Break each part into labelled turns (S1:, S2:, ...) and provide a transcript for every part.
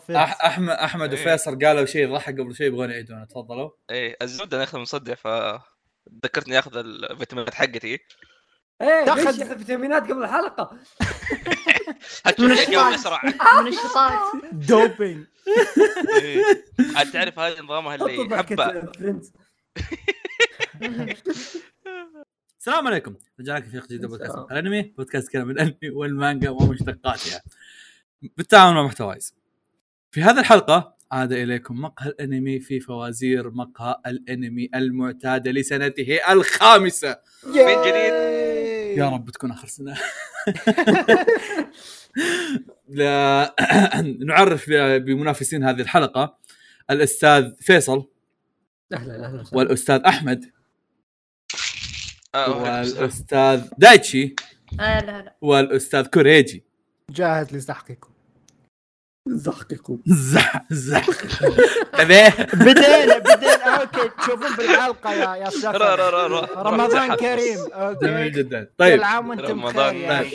S1: فيصل
S2: أح- احمد احمد
S3: إيه.
S2: وفيصل قالوا شيء ضحك قبل شوي يبغون يعيدونه تفضلوا
S3: ايه الزبده انا اخذ مصدع ف ذكرتني اخذ الفيتامينات حقتي
S2: إيه،
S4: ايه
S1: دخل-
S4: دخل فيتامينات قبل الحلقه
S3: هتشوف الجو اسرع
S5: من الشطات
S1: دوبينج
S3: إيه. عاد تعرف هذه نظامها اللي
S4: حطوا
S3: حبه
S4: ضحكه فريندز
S2: السلام عليكم رجعنا لكم في جديد من بودكاست
S4: السلام.
S2: عن الانمي بودكاست كلام الانمي والمانجا ومشتقاتها بالتعاون مع محتوايز في هذه الحلقه عاد اليكم مقهى الانمي في فوازير مقهى الانمي المعتاده لسنته الخامسه
S3: من جديد.
S2: يا رب تكون اخر سنه لا نعرف ب- بمنافسين هذه الحلقه الاستاذ فيصل
S4: اهلا اهلا وسهلا
S2: والاستاذ احمد
S3: آه، أوكي.
S2: والاستاذ دايتشي
S5: آه لا لا
S2: والاستاذ كوريجي
S1: جاهز لزحقكم
S4: زحقكم
S2: زح زح تمام
S1: بدينا بدينا اوكي تشوفون بالحلقه يا يا ساتر.
S3: را- را- را- را.
S1: رمضان
S3: روح
S1: كريم
S3: زحف.
S2: جميل
S1: اوكي
S2: جدا
S1: طيب
S2: طيب
S1: العام وانتم بخير يعني. يا
S3: رمضان
S1: شباب.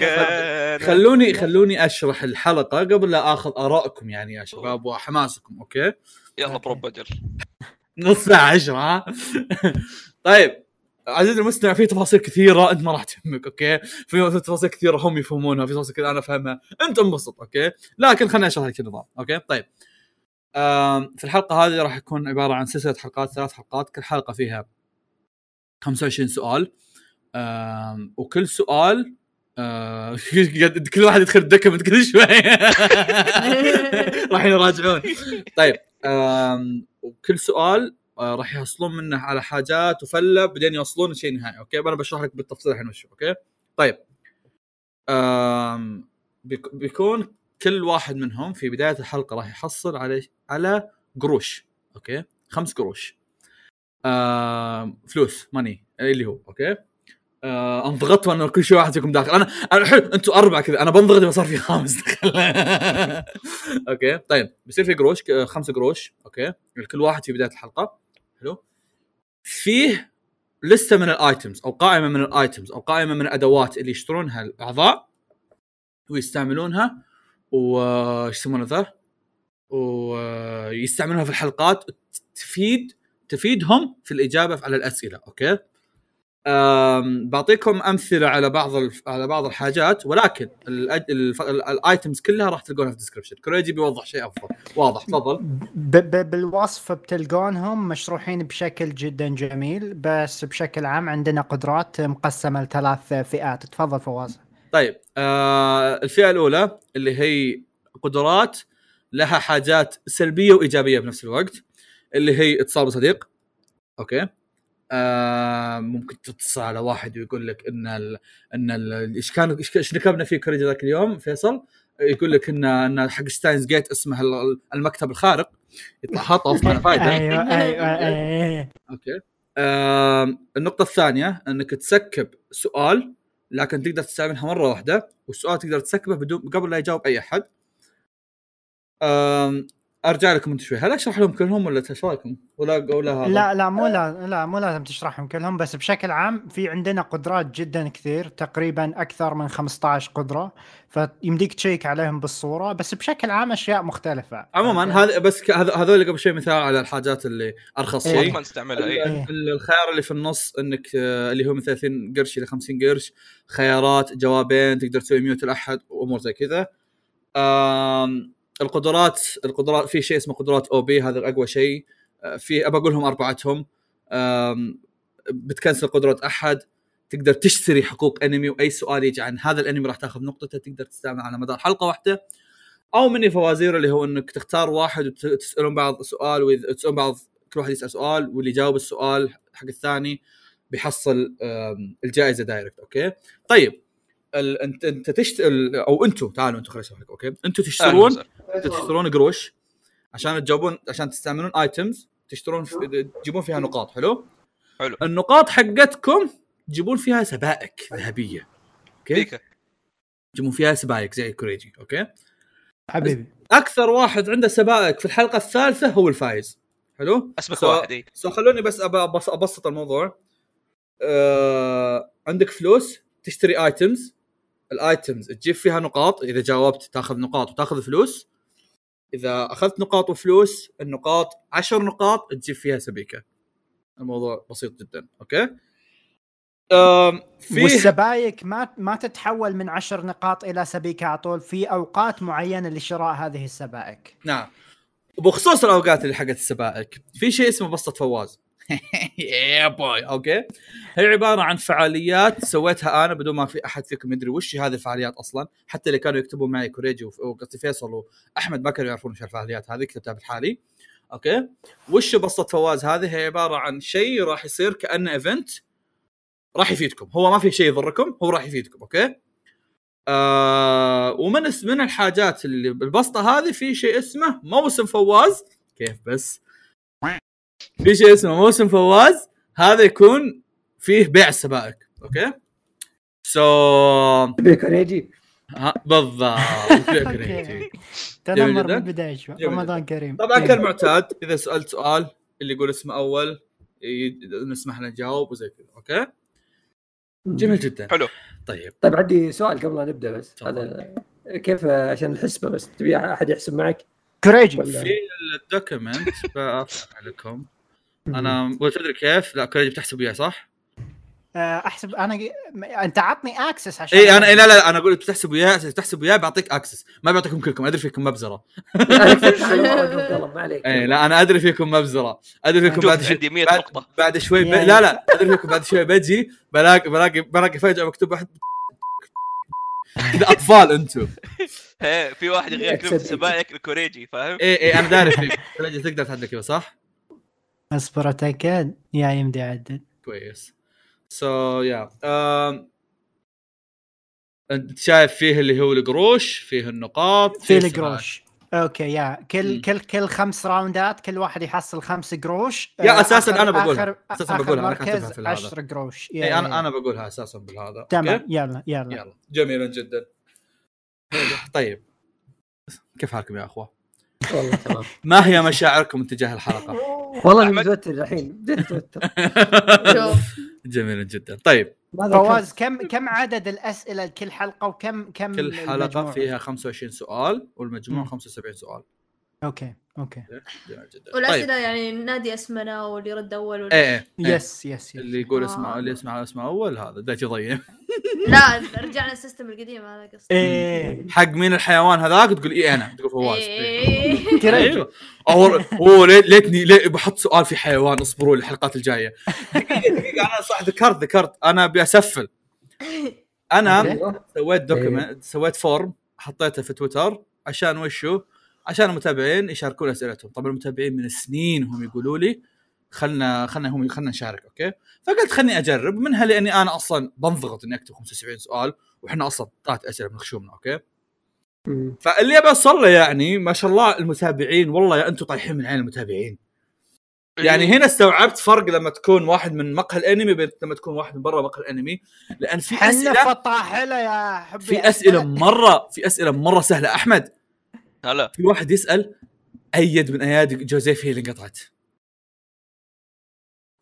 S3: كان
S2: خلوني خلوني اشرح الحلقه قبل لا اخذ ارائكم يعني يا شباب وحماسكم اوكي
S3: يلا بروب اجل
S2: نص ساعه عشرة ها طيب عزيزي المستمع في تفاصيل كثيره انت ما راح تهمك اوكي في تفاصيل كثيره هم يفهمونها في تفاصيل كثيره انا افهمها انت انبسط اوكي لكن خليني اشرح لك النظام اوكي طيب آم، في الحلقه هذه راح يكون عباره عن سلسله حلقات ثلاث حلقات كل حلقه فيها 25 سؤال آم، وكل سؤال آه، قاعد- كل واحد يدخل الدكمنت كل شوي راح يراجعون طيب آم، وكل سؤال آه، راح يحصلون منه على حاجات وفله بعدين يوصلون لشيء نهائي اوكي انا بشرح لك بالتفصيل الحين وش هو، اوكي طيب آم، بيك- بيكون كل واحد منهم في بدايه الحلقه راح يحصل على على قروش اوكي خمس قروش آم، فلوس ماني اللي هو اوكي آه انضغطت وانا كل شيء واحد فيكم داخل انا انا حلو انتم اربعه كذا انا بنضغط اذا صار في خامس دخل اوكي طيب بيصير في قروش آه، خمسة قروش اوكي لكل يعني واحد في بدايه الحلقه حلو فيه لسته من الايتمز او قائمه من الايتمز او قائمه من الادوات اللي يشترونها الاعضاء ويستعملونها وش يسمونه ذا ويستعملونها في الحلقات تفيد تفيدهم في الاجابه على الاسئله اوكي أم، بعطيكم امثله على بعض الف... على بعض الحاجات ولكن الأج... الف... ال- الايتمز كلها راح تلقونها في الديسكربشن كوريجي بيوضح شيء افضل واضح تفضل
S1: ب- ب- بالوصف بتلقونهم مشروحين بشكل جدا جميل بس بشكل عام عندنا قدرات مقسمه لثلاث فئات تفضل فواز
S2: طيب آه الفئه الاولى اللي هي قدرات لها حاجات سلبيه وايجابيه بنفس الوقت اللي هي اتصال بصديق اوكي آه ممكن تتصل على واحد ويقول لك ان ال... ان ال... ايش كان إيش- ايش ركبنا فيه كوريج ذاك اليوم فيصل يقول لك ان ان حق ستاينز جيت اسمه ال- المكتب الخارق يطلع هطف ما له فايده
S1: ايوه ايوه ايوه
S2: اوكي آم، النقطة الثانية انك تسكب سؤال لكن تقدر تستعملها مرة واحدة والسؤال تقدر تسكبه بدون قبل لا يجاوب اي احد. آم، ارجع لكم انت شوي، هل اشرح لهم كلهم ولا ايش رايكم؟ ولا ولا هذا؟
S1: لا لا مو لا لا مو لازم تشرحهم كلهم بس بشكل عام في عندنا قدرات جدا كثير تقريبا اكثر من 15 قدره فيمديك تشيك عليهم بالصوره بس بشكل عام اشياء مختلفه
S2: عموما هذا بس ك- هذ- هذول قبل شوي مثال على الحاجات اللي ارخص
S1: إيه.
S2: شيء.
S3: ما نستعملها اي
S2: ال- ال- الخيار اللي في النص انك آه، اللي هو من 30 قرش الى 50 قرش خيارات جوابين تقدر تسوي ميوت لاحد وامور زي كذا آم، القدرات القدرات في شيء اسمه قدرات او بي هذا اقوى شيء آه، في ابى اقولهم اربعتهم آم، بتكنسل قدره احد تقدر تشتري حقوق انمي واي سؤال يجي عن هذا الانمي راح تاخذ نقطته تقدر تستعمل على مدار حلقه واحده او مني فوازير اللي هو انك تختار واحد وتسالون بعض سؤال وتسالون بعض كل واحد يسال سؤال واللي يجاوب السؤال حق الثاني بيحصل آم، الجائزه دايركت اوكي طيب ال- انت انت تشت ال- او انتم تعالوا انتم خليني اشرح لك اوكي انتم تشترون تشترون قروش عشان تجاوبون عشان تستعملون ايتمز تشترون في- تجيبون فيها نقاط حلو
S3: حلو.
S2: النقاط حقتكم تجيبون فيها سبائك ذهبيه اوكي
S3: ديكه
S2: تجيبون فيها سبائك زي كوريجي اوكي
S1: حبيبي
S2: اكثر واحد عنده سبائك في الحلقه الثالثه هو الفايز حلو
S3: اسمك
S2: سو-
S3: واحد إيه. اي
S2: سو خلوني بس أب- أبص- ابسط الموضوع آه، عندك فلوس تشتري ايتمز الايتمز تجيب فيها نقاط اذا جاوبت تاخذ نقاط وتاخذ فلوس اذا اخذت نقاط وفلوس النقاط 10 نقاط تجيب فيها سبيكه الموضوع بسيط جدا اوكي أم، في
S1: والسبايك ما ما تتحول من عشر نقاط الى سبيكه على طول في اوقات معينه لشراء هذه السبائك
S2: نعم وبخصوص الاوقات اللي حقت السبائك في شيء اسمه بسطه فواز يا باي اوكي هي عباره عن فعاليات سويتها انا بدون ما في احد فيكم يدري وش هذه الفعاليات اصلا حتى اللي كانوا يكتبوا معي كوريجي وف- وقصدي فيصل واحمد ما كانوا يعرفون وش الفعاليات هذه كتبتها بالحالي اوكي وش بسطه فواز هذه هي عباره عن شيء راح يصير كانه ايفنت راح يفيدكم هو ما في شيء يضركم هو راح يفيدكم اوكي آه ومن اس- من الحاجات اللي بالبسطه هذه في شيء اسمه موسم فواز كيف بس في شيء اسمه موسم فواز هذا يكون فيه بيع السبائك اوكي سو so...
S4: بيكونيجي
S2: ها، بالضبط
S1: تنمر
S2: جميل
S1: من
S2: جداً.
S1: البدايه شباب
S2: جميل
S1: رمضان كريم
S2: طبعا كالمعتاد اذا سالت سؤال اللي يقول اسمه اول ي- نسمح له نجاوب وزي كذا اوكي جميل جدا
S3: حلو.
S2: طيب
S4: طيب عندي سؤال قبل لا نبدا بس
S2: تفضل.
S4: هذا كيف آه، عشان الحسبه بس تبي احد يحسب معك
S1: كريجي
S4: ولا
S2: في الدوكيمنت بأرفع لكم انا تدري كيف لا كوريجي بتحسب وياي صح؟
S1: آه، احسب انا م- انت عطني اكسس عشان
S2: اي انا إيه لا لا انا اقول بتحسب وياي بتحسب وياي بعطيك اكسس ما بعطيكم كلكم ادري فيكم مبزره
S4: أنا كنت على مرة قلت يلا، ما عليك
S2: اي إيه، لا انا ادري فيكم مبزره ادري فيكم
S3: شوف
S2: بعد شوي
S3: عندي 100
S2: بعد-
S3: نقطه
S2: بعد شوي ب...
S1: يا-
S2: لا لا ادري فيكم بعد شوي بجي بلاقي بلاقي بلاقي فجاه مكتوب واحد كذا اطفال انتم
S3: إيه، في واحد غير كلمه
S4: تصدق.
S3: سبائك الكوريجي فاهم؟
S2: اي اي انا إيه، داري فيك كوريجي تقدر تعدل كذا صح؟
S1: اصبر اتاكد يا يمدي اعدل
S2: كويس سو يا انت شايف فيه اللي هو القروش فيه النقاط
S1: في
S2: السبائك.
S1: القروش اوكي يا
S2: مم.
S1: كل كل كل خمس راوندات كل واحد يحصل خمس قروش
S2: يا
S1: آه،
S2: أساساً
S1: آخر-
S2: أنا بقولها.
S1: آخر-
S2: أساساً
S1: آخر
S2: بقولها، أنا كاتبها
S1: مركز
S2: في هذا.
S1: 10 قروش يا-
S2: اي
S1: يا-
S2: انا انا إيه، بقولها اساسا بالهذا
S1: تمام
S2: أوكي؟
S1: يلا يلا
S2: يلا جميلا جدا طيب كيف حالكم يا اخوه؟
S4: والله تمام
S2: ما هي مشاعركم تجاه الحلقه؟
S4: والله
S3: أحمد.
S4: أنا متوتر الحين جد متوتر
S5: شوف
S2: جميلا جدا طيب
S4: ماذا
S1: فواز كم كم عدد الاسئله لكل حلقه وكم كم
S2: كل حلقه
S1: المجموع؟
S2: فيها 25 سؤال والمجموع
S1: مم.
S2: 75 سؤال
S1: اوكي اوكي
S2: جميل جدا طيب
S5: والاسئله يعني نادي اسمنا واللي رد اول واللي...
S2: ايه ايه إيه.
S1: يس يس يس
S2: اللي يقول
S5: آه.
S2: اسمه اللي يسمع اسمه اول هذا ده يضيع
S5: لا رجعنا السيستم القديم هذا
S2: إيه.
S5: قصدي
S1: ايه
S2: حق مين الحيوان هذاك تقول اي انا تقول فواز
S5: إيه.
S1: كريجي
S2: ايوه أول- اوه ليت- ليتني لي بحط سؤال في حيوان اصبروا لي الحلقات الجايه دقيقه دقيقه انا صح ذكرت ذكرت انا ابي اسفل
S3: نعم.
S2: انا
S4: أيوه.
S2: سويت دوكيمنت سويت فورم حطيته في تويتر عشان وشو؟ عشان المتابعين يشاركون اسئلتهم طبعا المتابعين من سنين هم يقولوا لي خلنا خلنا هم خلنا نشارك اوكي فقلت خلني اجرب منها لاني انا اصلا بنضغط اني اكتب 75 سؤال واحنا اصلا طلعت اسئله من خشومنا اوكي
S4: مم.
S2: فاللي ابى اوصل له يعني ما شاء الله المتابعين والله يا انتم طايحين من عين المتابعين
S3: إيه.
S2: يعني هنا استوعبت فرق لما تكون واحد من مقهى الانمي بين لما تكون واحد من برا مقهى الانمي لان في
S1: حنا
S2: اسئله
S1: فطاحله يا حبي
S2: في اسئله مره في اسئله مره سهله احمد
S3: هلا
S2: في واحد يسال ايد من ايادي جوزيف هي اللي انقطعت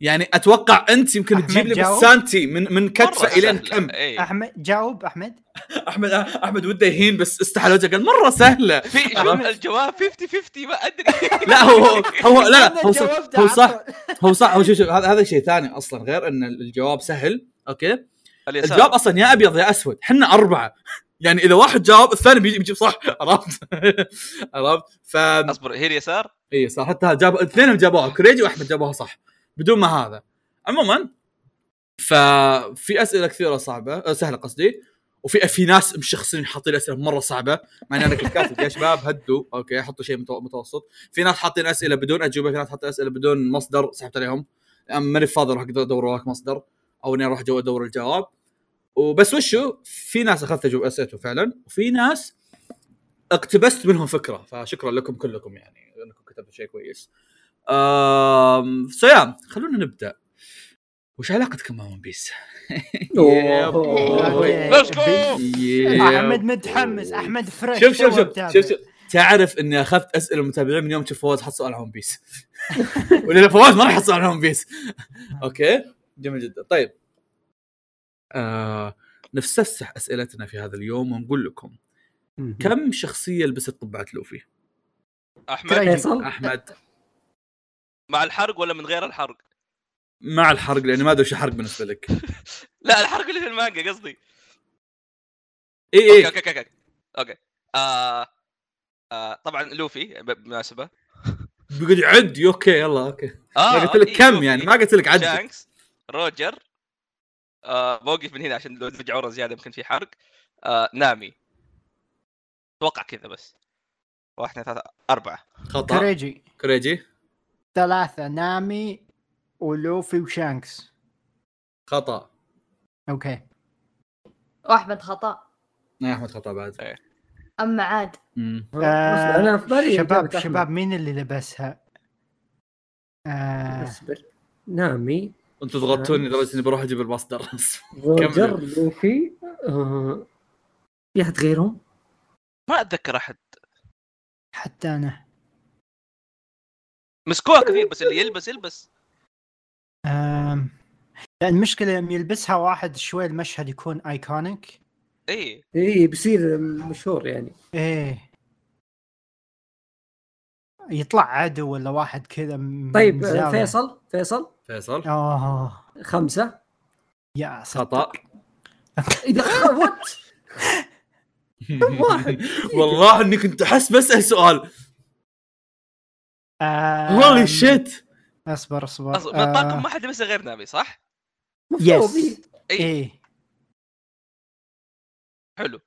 S2: يعني اتوقع انت يمكن
S1: أحمد
S2: تجيب لي
S1: جاوب؟
S2: بالسانتي من من
S3: مرة
S2: كتفه الين
S3: سهلة.
S2: كم
S3: إيه.
S1: احمد جاوب احمد
S2: احمد احمد وده يهين بس استحى وجهه قال مره سهله
S3: في شوف الجواب 50 50 ما ادري
S2: لا هو هو لا
S1: أنا
S2: لا هو صح
S1: جاوبت
S2: هو
S1: على
S2: صح
S1: طول.
S2: هو صح هو شوف شوف هذا هذا شيء ثاني اصلا غير ان الجواب سهل اوكي
S3: اليسار.
S2: الجواب اصلا يا ابيض يا اسود احنا اربعه يعني اذا واحد جاوب الثاني بيجي بيجيب صح عرفت عرفت ف
S3: اصبر هي اليسار
S2: اي إيه، صح حتى جاب اثنينهم جابوها كريجي واحمد جابوها صح بدون ما هذا عموما ففي اسئله كثيره صعبه أه، سهله قصدي وفي في ناس مشخصين حاطين اسئله مره صعبه مع اني انا كنت كاتب يا شباب هدوا اوكي حطوا شيء متو- متوسط في ناس حاطين اسئله بدون اجوبه في ناس حاطين اسئله بدون مصدر سحبت عليهم أنا ماني فاضي اروح أقدر ادور وراك مصدر او اني اروح جو ادور الجواب وبس وشو في ناس اخذت اجوبه اسئلتهم فعلا وفي ناس اقتبست منهم فكره فشكرا لكم كلكم يعني انكم كتبتوا شيء كويس. أم... سيام خلونا نبدا. وش علاقتكم مع ون بيس؟ يا
S1: أوكي.
S2: بوي.
S3: Let's go!
S2: يا
S1: احمد متحمس احمد فريش
S2: شوف شوف
S1: تو
S2: شوف
S1: متابع.
S2: شوف شوف تعرف اني اخذت اسئله المتابعين من يوم شوف فواز حط سؤال عن ون بيس ولا فواز ما راح يحط سؤال عن ون بيس اوكي جميل جدا طيب آه نفسسح اسئلتنا في هذا اليوم ونقول لكم كم شخصيه لبست قبعه لوفي؟
S3: احمد
S1: كريم.
S4: فيصل
S2: احمد
S3: مع الحرق ولا من غير الحرق؟
S2: مع الحرق لاني ما ادري وش حرق بالنسبه لك
S3: لا الحرق اللي في المانجا قصدي
S2: اي
S3: اوكي
S2: اي
S3: اوكي اوكي اوكي, أوكي. آه آه طبعا لوفي ب- بالمناسبه
S2: بيقول عد اوكي يلا اوكي ما
S3: اه
S2: قلت لك
S3: أوكي،
S2: كم
S3: لوفي،
S2: يعني ما قلت لك عد
S3: شانكس روجر آه بوقف من هنا عشان لو ترجع ورا زياده يمكن في حرق آه نامي اتوقع كذا بس واحد اثنين ثلاثة أربعة
S2: خطا
S1: كريجي
S2: كريجي
S1: ثلاثة نامي ولوفي وشانكس
S2: خطا
S1: اوكي
S5: واحمد خطا
S2: يا احمد خطا بعد
S5: اما عاد
S2: مم.
S1: آه،
S4: انا في بالي
S1: شباب
S4: إجابة أحمد.
S1: شباب مين اللي لبسها؟ آه
S4: اصبر نامي
S2: انتم ضغطتوني لدرجه اني بروح اجيب المصدر
S4: روجر
S2: كمل.
S4: لوفي آه، في احد غيرهم؟
S3: ما أتذكر أحد
S1: حتى انا
S3: مسكوها كثير بس اللي يلبس يلبس
S1: آم، لان المشكله يوم يلبسها واحد شوي المشهد يكون ايكونيك
S3: إيه
S4: اي بيصير مشهور يعني
S1: ايه يطلع عدو ولا واحد كذا من
S4: طيب آه،
S1: الزاوية.
S4: فيصل فيصل
S2: فيصل
S1: اوه
S4: خمسه
S1: آه، يا
S2: خطا
S4: اذا وات واحد.
S2: والله اني كنت احس بسال سؤال
S1: آه.
S2: هولي شيت
S1: اصبر
S2: آه،
S1: اصبر
S3: أص- من
S1: آه،
S3: الطاقم ما حد لبسه غير نامي صح؟
S1: يس
S3: إيه.
S1: ايه
S3: حلو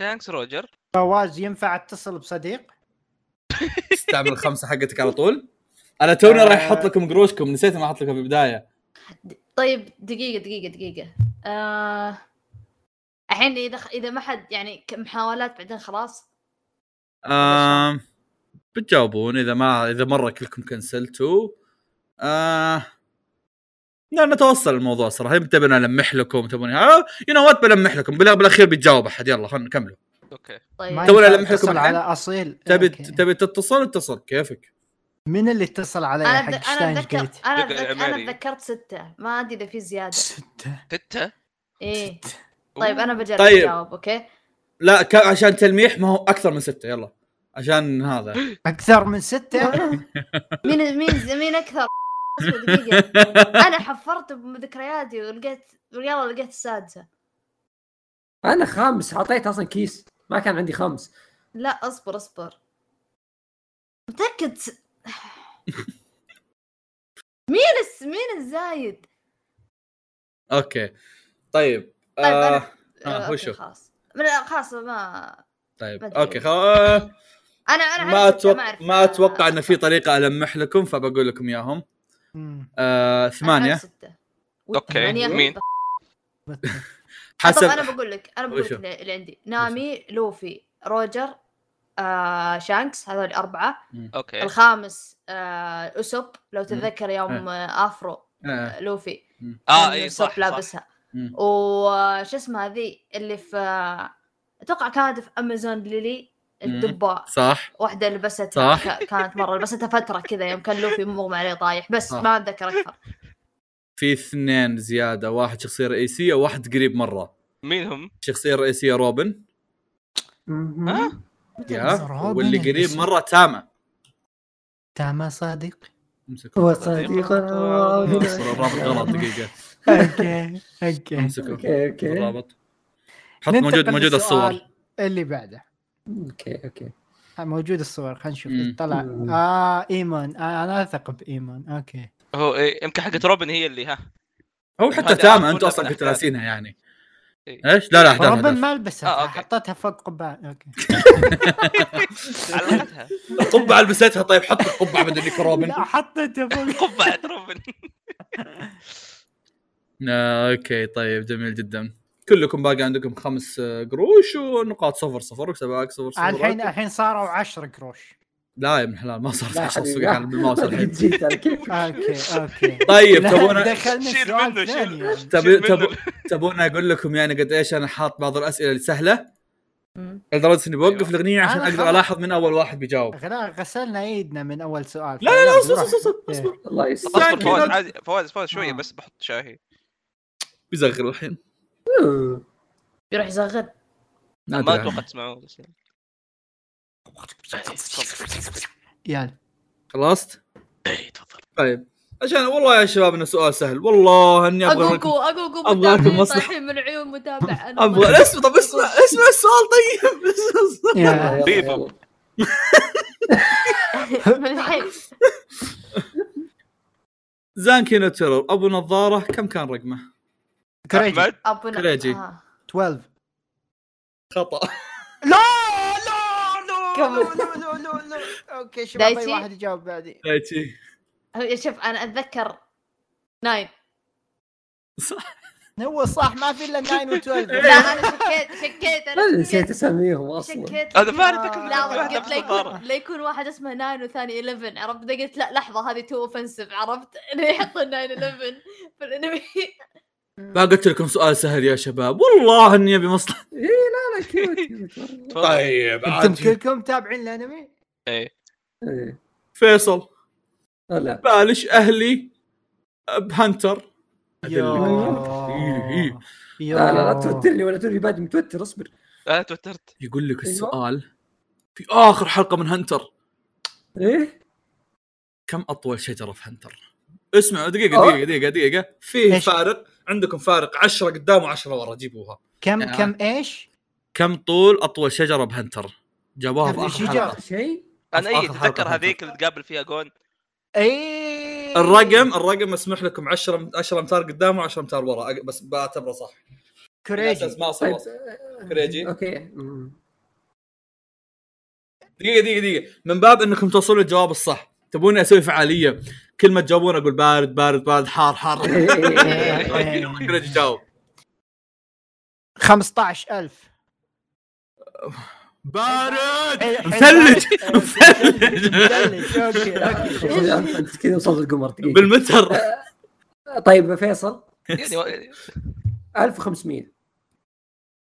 S3: شانكس روجر
S1: فواز ينفع اتصل بصديق؟
S2: استعمل الخمسه حقتك على طول انا توني رايح احط لكم قروشكم نسيت ما احط لكم في البدايه
S5: د- طيب دقيقة دقيقة دقيقة آه... الحين اذا اذا ما حد يعني ك- محاولات بعدين خلاص
S2: آم، آه، بتجاوبون اذا ما اذا مره كلكم كنسلتوا آه لا نتوصل الموضوع صراحه يمكن تبون المح لكم آه، تبون يو نو وات بلمح لكم بال- بالاخير بتجاوب احد يلا خلينا نكمل
S3: أوكي
S5: طيب
S1: ما
S2: تو
S1: ينفع
S2: ولا لمح لكم
S1: اتصل
S2: الحين؟
S1: على اصيل
S2: تبي
S1: أوكي.
S2: تبي تتصل اتصل كيفك
S1: من اللي اتصل علي
S5: انا
S1: حق
S5: أتذ- انا
S1: شتاين جيت؟
S5: اتذكر
S3: دق
S5: انا أتذكر انا
S3: العماري.
S5: اتذكرت ستة ما ادري اذا في زيادة
S1: ستة
S3: ستة
S5: ايه طيب انا بجرب
S2: طيب.
S5: اجاوب اوكي
S2: لا ك... عشان تلميح ما هو اكثر من ستة يلا عشان هذا
S1: اكثر من ستة؟
S5: إيه. مين مين مين اكثر دقيقة انا حفرت بذكرياتي ولقيت يلا لقيت السادسة
S4: انا خامس اعطيت اصلا كيس ما كان عندي خامس
S5: لا اصبر اصبر متأكد س- مين الس... مين الزايد؟
S2: اوكي طيب
S5: طيب أنا-
S2: آه آه،
S5: أوكي،
S2: وشو؟
S5: خلاص لا خلاص ما
S2: طيب
S5: ما أدري.
S2: اوكي خلاص آه،
S5: انا انا
S2: ما
S5: عرفت،
S2: اتوقع
S5: أعرف.
S2: ما اتوقع ان في
S5: أنا
S2: طريقه المح لكم فبقول لكم اياهم
S1: مم.
S2: آه ثمانيه
S5: عارف ستة.
S3: أوكي،
S5: ثمانية؟
S3: مين؟
S5: طب
S2: حسب
S5: انا بقول لك انا بقول لك
S2: وشو؟
S5: اللي اللي عندي نامي لوفي روجر آه، شانكس هذول اربعه
S3: أوكي
S5: الخامس آه، اسب لو تتذكر يوم آه، افرو
S2: آه.
S5: آه، لوفي
S3: آه
S5: كان
S3: إيه
S5: أسب
S3: صح صح
S5: لابسها
S2: مم.
S5: وش اسمها ذي اللي في آه، اتوقع كانت في امازون ليلي
S2: مم.
S5: الدبه
S2: صح
S5: واحده لبستها
S2: صح.
S5: ك- كانت مره لبستها فتره كذا يوم كان لوفي مغمى عليه طايح بس
S3: آه.
S2: صح.
S5: ما اتذكر اكثر
S2: في اثنين زياده واحد شخصيه رئيسيه وواحد قريب مره
S3: مين هم؟
S2: الشخصيه الرئيسيه روبن
S3: ها؟
S5: متى
S2: يا
S5: نزل؟
S1: روبن يعني.
S2: واللي
S1: اللي
S2: قريب
S1: اسمه-
S2: مره تاما
S1: تاما صادق
S2: امسكوا
S4: وصديقنا وعابدنا.
S2: أصلاً الرابط غلط دقيقه
S1: اوكي اوكي
S2: امسكوا
S4: اوكي اوكي
S2: الرابط حط موجود
S1: ننتقل
S2: موجود الصور
S1: للسؤال اللي بعده
S4: اوكي اوكي
S1: موجود الصور خلينا نشوف
S2: مم.
S1: طلع
S4: مم.
S1: اه ايمون آه انا اثق بايمون اوكي
S3: هو إيه يمكن حقت روبن هي اللي ها
S2: او حتى
S3: هذه
S2: تامه
S3: أعرف
S2: انتم
S3: ولا
S2: اصلا كنتوا
S3: بالأحداث؟
S2: ناسينها يعني
S3: إيه.
S2: ايش؟ لا لا احداث
S1: ربما
S2: أحداث.
S1: ما لبستها
S3: آه،
S1: آه،
S3: أوكي.
S1: حطيتها فوق قبعه اوكي
S3: علقتها
S2: القبعه لبستها طيب حط القبعه بدل انك روبن
S1: لا حطيتها فوق
S3: قبعة روبن
S2: آه، اوكي طيب جميل جدا كلكم باقي عندكم خمس آه، قروش ونقاط صفر صفر وسبعك صفر صفر
S1: الحين الحين صاروا 10 قروش
S2: لا يا ابن الحلال ما صارت
S4: لا
S2: 10
S4: حبيبي،
S2: صفر على بالماوس الحين
S4: طيب، جيت على كيفك
S1: اوكي اوكي
S2: طيب
S1: لا،
S2: تبون
S1: دخلنا
S3: شيل منه،
S1: سؤال
S3: شيل
S1: ثاني يعني.
S2: تبي-
S3: شيل منه.
S2: تبو- تبون اقول لكم يعني قد ايش انا حاط بعض الاسئله السهله
S5: مم.
S2: لدرجه اني بوقف
S3: أيوة.
S2: الاغنيه عشان
S1: أنا
S2: اقدر
S1: خلاص.
S2: الاحظ من اول واحد بيجاوب
S1: غلا- غسلنا ايدنا من اول سؤال
S2: لا لا
S1: فيلا،
S2: لا اصبر
S1: بروح. إيه.
S2: اصبر اصبر اصبر
S4: الله
S3: اصبر فواز
S2: يعني-
S4: يسلمك
S3: عادي فواز فواز شوية
S1: آه.
S3: بس بحط شاهي
S2: بيزغر الحين
S5: بيروح يزغر
S2: ما
S3: ما
S2: أدري
S3: اتوقع
S2: عنه.
S3: تسمعوه بس يعني.
S1: يلا
S2: خلصت؟
S3: اي إيه، تفضل
S2: طيب عشان والله يا شباب انه سؤال سهل والله اني ابغى لكم-
S5: اقوقو اقوقو
S2: أبغى لكم
S5: متابعين
S2: مصلحة.
S5: طايحين من عيون متابع أنا
S2: ابغى
S5: ما-
S2: اسمع طب اسمع اسمع السؤال طيب
S1: يلا.
S5: من الحين
S2: زان كينو تيرور ابو نظاره كم كان رقمه؟
S1: كريجي
S3: احمد
S5: ابو نعم.
S2: كريجي.
S5: آه.
S1: 12
S2: خطا
S1: لا لا
S5: كمل.
S1: لا لا لا لا اوكي
S5: شباب، أي واحد
S1: يجاوب بعدي
S2: دايتشي
S5: هو- شوف انا اتذكر ناين
S1: هو صح ما في الا 9
S3: إيه.
S5: لا
S1: و12
S5: انا شكيت شكيت
S4: ما
S5: انا
S4: نسيت
S5: شكيت
S4: اساميهم اصلا
S5: شكيت
S3: انا ما انا
S1: آه.
S3: اذكر
S5: لا
S3: واحد
S5: قلت
S3: نفس
S5: لا
S3: النظاره
S5: يكون لا يكون واحد اسمه 9 والثاني 11 عرفت بعدين قلت لا لحظه هذه تو اوفنسيف عرفت انه يحط 9 11 في الانمي
S2: ما قلت لكم سؤال سهل يا شباب والله اني ابي مصلحه
S4: اي لا لا كيوت كيوت والله.
S3: طيب
S1: انتم كلكم تابعين الانمي؟
S4: إيه.
S2: فيصل
S4: لا لا
S2: بالش اهلي بهنتر إيه.
S4: لا لا لا توترني ولا توري بعد متوتر اصبر
S3: انا توترت
S2: يقول لك
S4: أيوة.
S2: السؤال في اخر حلقه من هنتر
S4: ايه
S2: كم اطول شجره في هنتر؟ اسمعوا دقيقه دقيقه دقيقه دقيقه في
S1: إيش؟
S2: فارق عندكم فارق 10 قدام و10 ورا جيبوها
S1: كم
S2: آه.
S1: كم ايش؟
S2: كم طول اطول شجره بهنتر؟ جابوها في
S1: كم
S2: اخر
S1: شجرة؟
S2: حلقه
S4: شيء
S3: انا اي
S2: آخر حلقة
S3: تتذكر
S2: فهمت.
S3: إيه، هذيك اللي تقابل فيها جون
S1: إيه، اي
S2: الرقم الرقم مسموح لكم 10 10 امتار قدام و10 امتار ورا أق- بس بعتبره صح على
S1: كريجي
S2: أساس ما
S4: طيب
S2: صوت كريجي
S4: اوكي مم.
S2: دقيقه دقيقه دقيقه من باب انكم توصلوا للجواب الصح تبوني اسوي فعاليه كل ما تجاوبون اقول بارد بارد بارد حار حار
S4: إيه، إيه، إيه.
S1: يعني
S3: يعني
S2: كريجي جاوب
S1: 15000
S2: بارد
S1: إيه،
S2: مثلج
S1: إيه، مثلج اوكي اوكي
S4: أنت كذا وصلت القمر دقيقة.
S2: بالمتر
S4: طيب فيصل
S3: يعني
S4: 1500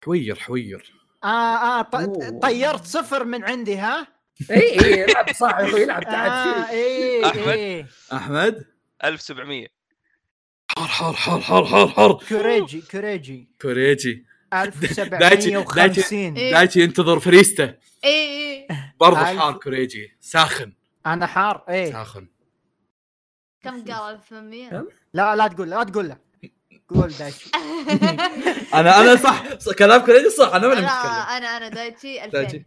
S2: حوير حوير
S1: اه اه ط-
S4: أوه.
S1: طيرت صفر من عندي ها؟
S4: اي اي يلعب إيه، صح يا اخوي يلعب تعال إيه،
S1: اه اي
S3: أحمد.
S1: اي
S2: احمد
S3: 1700
S2: حار حار حار حار حار حار
S1: كوريجي كوريجي
S2: كوريجي
S5: إيه.
S1: 1750
S2: دايتي ينتظر فريسته
S5: اي اي
S2: برضه
S1: ألف.
S2: حار كوريجي ساخن
S1: انا حار
S5: إيه.
S1: ايه
S2: ساخن
S5: كم قال 1800
S1: لا لا تقول لا تقول له قول دايتشي
S2: انا انا صح ص- كلام كوريجي صح انا ماني
S5: لا
S2: متكلم
S5: انا انا دايتشي 2000
S2: دايتي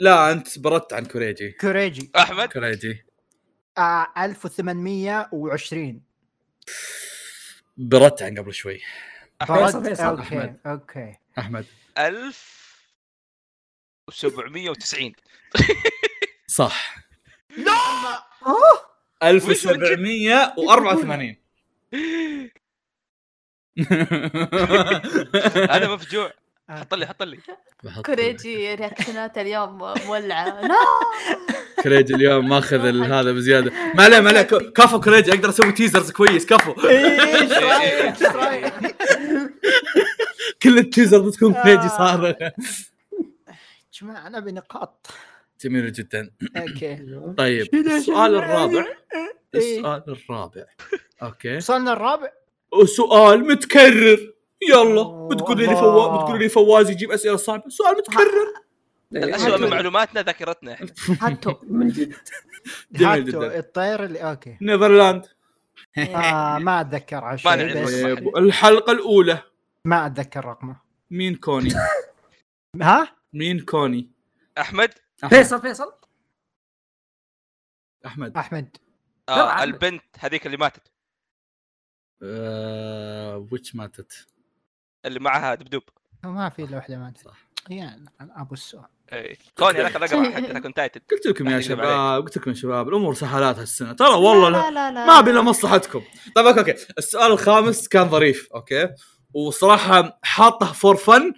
S2: لا انت بردت عن كوريجي
S1: كوريجي
S3: احمد
S2: كوريجي
S1: آه 1820
S2: بردت عن قبل شوي
S4: فيصل،
S1: برد؟
S4: فيصل.
S1: اوكي
S2: أحمد.
S1: اوكي
S2: احمد
S3: 1790
S2: صح
S1: لا
S2: 1784
S3: انا مفجوع
S1: آه.
S3: حط لي حط لي
S2: بحط
S5: كوريجي رياكشنات اليوم مولعه لا
S2: كريج اليوم ماخذ ال- هذا بزياده ما عليه ما عليه ك- كفو كريج اقدر اسوي تيزرز كويس كفو
S1: ايش رايك ايش رايك
S2: كل التيزرز تكون كريجي
S1: آه.
S2: صار
S1: جماعه انا بنقاط
S2: جميل جدا
S1: اوكي
S2: طيب
S1: شنو-
S2: السؤال
S1: شنو؟
S2: الرابع
S1: إيه.
S2: السؤال الرابع اوكي
S1: وصلنا الرابع
S2: وسؤال متكرر يلا
S1: أوه،
S2: بتقول لي
S1: الله.
S2: فواز بتقول لي فواز يجيب اسئله صعبه سؤال متكرر
S3: الاسوء من
S4: إيه.
S3: معلوماتنا ذاكرتنا احنا
S5: هاتو
S4: من جد
S2: جميل
S1: هاتو
S2: جداً.
S1: الطير اللي اوكي
S2: نيفرلاند
S1: آه ما اتذكر عن شيء
S3: نعرف
S1: بس
S3: الرقم.
S2: طيب، الحلقه الاولى
S1: ما اتذكر رقمه
S2: مين كوني
S1: ها
S2: مين كوني
S3: احمد
S2: احمد
S4: فيصل فيصل
S2: احمد
S1: احمد
S3: آه،
S4: أحمد.
S3: البنت هذيك اللي ماتت
S2: آه، ويتش ماتت
S3: اللي معها دبدوب
S1: ما في الا واحده ما أدري.
S2: صح.
S1: يا ابو السؤال
S3: اي إيه. كوني انا رقم حتى تكون تايتل
S2: قلت لكم يا
S3: أحد يقلب
S2: شباب قلت لكم يا شباب الامور سهلات هالسنه ترى والله لا-
S5: لا لا لا
S2: ما بلا مصلحتكم طيب اوكي اوكي السؤال الخامس كان ظريف اوكي وصراحه حاطه فور فن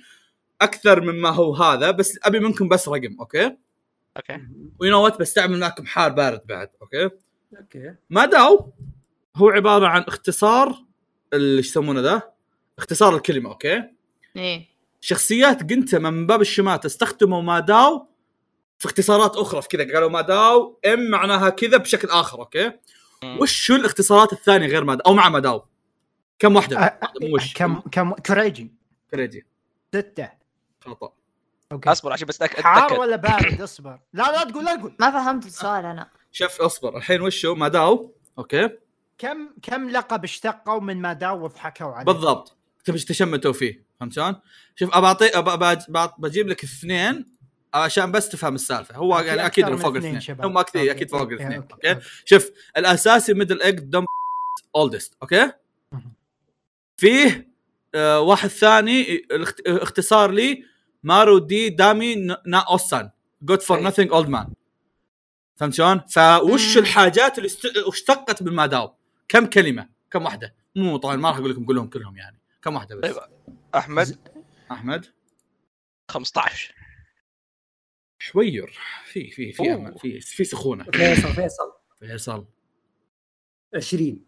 S2: اكثر مما هو هذا بس ابي منكم بس رقم اوكي
S3: اوكي
S2: ويو نو وات بستعمل معكم حار بارد بعد اوكي
S4: اوكي
S2: ما داو هو عباره عن اختصار ال- ايش يسمونه ذا اختصار الكلمه اوكي
S5: ايه
S2: شخصيات جنتما من باب الشماتة استخدموا ما داو في اختصارات اخرى في كذا قالوا ما داو ام معناها كذا بشكل اخر اوكي
S3: مم.
S2: وش الاختصارات الثانيه غير ما داو او مع ما داو كم
S1: أه،
S2: واحده
S1: أ-
S2: مو وش
S1: كم كم كوريجي
S2: كريدي
S1: سته
S2: خطا
S1: اوكي
S3: اصبر عشان بس أتأك-
S1: حار
S3: اتاكد
S1: ولا بارد اصبر لا لا تقول لا تقول
S5: ما فهمت السؤال انا
S2: شوف اصبر الحين وشو ماداو اوكي
S1: كم كم لقب اشتقوا من ماداو وضحكوا عليه
S2: بالضبط تبي تشمتوا فيه فهمت شلون؟ شوف ابى اعطي أبى- أبى- أبى- بجيب لك اثنين عشان بس تفهم السالفه هو
S1: في
S2: يعني اكيد
S1: أكثر
S2: إنه
S1: من
S2: فوق
S1: اثنين
S2: الاثنين
S1: شباب.
S2: هم اكيد
S1: أوكي.
S2: اكيد فوق
S1: أوكي،
S2: الاثنين
S1: أوكي،
S2: اوكي شوف الاساسي ميدل ايج دم اولدست اوكي
S1: مهم.
S2: فيه آه واحد ثاني الاخت- اختصار لي مارو دي دامي ن- نا اوسان جود فور
S3: أي.
S2: نوثينج اولد مان فهمت شلون؟ فوش
S5: مم.
S2: الحاجات اللي است- اشتقت من ماداو كم كلمه كم واحده مو طبعا ما راح اقول لكم كلهم كلهم يعني كم واحده بس
S3: طيب احمد
S2: احمد
S3: 15
S2: حوير في في في
S3: أوه.
S2: أحمد، في في سخونه
S4: فيصل فيصل
S2: فيصل
S4: 20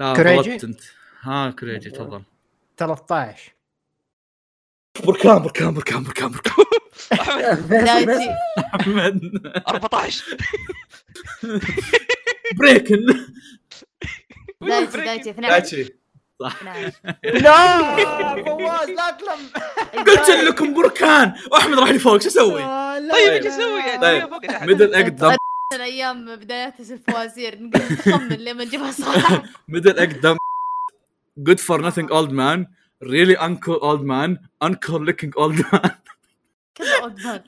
S2: لا
S1: كريجي؟
S2: غلطت انت ها كريجي تفضل
S1: 13
S2: بركان بركان بركان بركان بركان
S3: احمد
S5: لا
S4: فيصل-
S5: تجي
S4: فيصل.
S2: احمد
S3: 14
S2: بريكن
S5: لا تجي لا تجي 12 12
S1: لا فواز لا تلم
S2: قلت لكم بركان واحمد راح لي فوق شو اسوي؟
S1: آه،
S3: طيب ايش اسوي يعني؟
S2: طيب.
S3: فوق يا أحمد.
S2: ميدل ايج دم
S5: الايام بدايات الفوازير نقدر نخمن لما نجيبها صح
S2: ميدل ايج دم جود فور نثينج اولد مان ريلي انكل اولد مان انكل لوكينج اولد مان
S5: كذا اودمان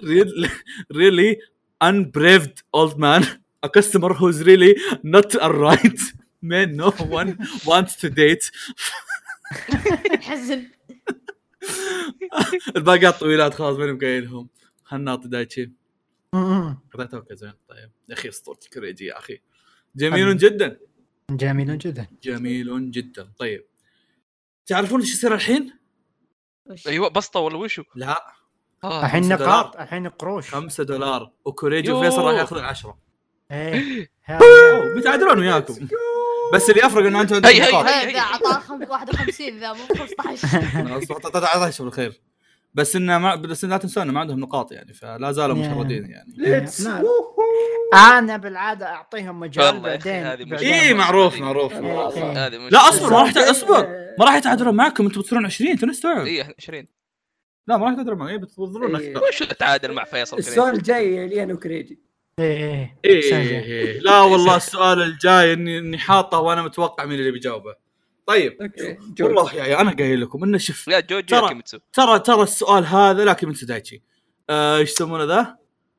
S2: really unbraved old man, a customer who's really not alright. Man, no one wants to date.
S5: حزن
S2: الباقات طويلات خلاص ماني مقايلهم. خلنا نعطي دايتشي. قطعتها اوكي زين طيب. يا اخي اسطورتي كريجي يا اخي. جميل
S1: حبيبي.
S2: جدا.
S1: جميل جدا
S2: جميل جدا. طيب. تعرفون ايش يصير الحين؟
S3: ايوه بسطه ولا وشو؟
S2: لا
S3: آه.
S1: الحين
S2: خمسة
S1: نقاط
S2: دولار.
S1: الحين قروش
S2: 5 دولار وكوريجي
S3: يوه.
S2: وفيصل راح ياخذون 10.
S1: إيه. ها-
S2: أوه، متعادلون وياكم. بس اللي يفرق انه انتم
S3: هي-
S2: عندكم
S3: هي-
S2: نقاط.
S3: هي-
S5: هذا عطاه خم- 51 ذا مو 15
S2: خلاص، طلع- طلع- طلع عشر بالخير بس انه ما بس لا تنسون إنه ما عندهم نقاط يعني فلا زالوا
S1: نعم.
S2: مشردين يعني
S1: Let's
S4: لا.
S1: انا بالعاده اعطيهم مجال
S3: والله يا أخي
S1: بعدين
S3: هذه مشكلة.
S2: اي
S1: بعدين-
S2: معروف معروف
S1: إيه.
S3: آه، هذه مش-
S2: لا اصبر ما راح تع- اصبر ما راح يتعادلون معكم انتم بتصيرون 20 انتم نستوعب
S3: اي 20
S2: لا ما راح يتعادلون معي بتفضلون
S4: إيه.
S2: اكثر
S3: وشو تعادل مع فيصل كريم؟
S4: السؤال الجاي لي انا وكريجي
S1: ايه
S2: إيه،
S1: ايه
S2: إيه، إيه. لا والله السؤال الجاي اني اني حاطه وانا متوقع مين اللي بيجاوبه طيب
S4: اوكي جورج.
S2: والله يا عيال، انا قايل لكم انه شوف
S3: لا جوجو
S2: ترى.
S3: يا كيميتسو
S2: ترى ترى السؤال هذا لكن من سدايتشي آه، ايش يسمونه ذا؟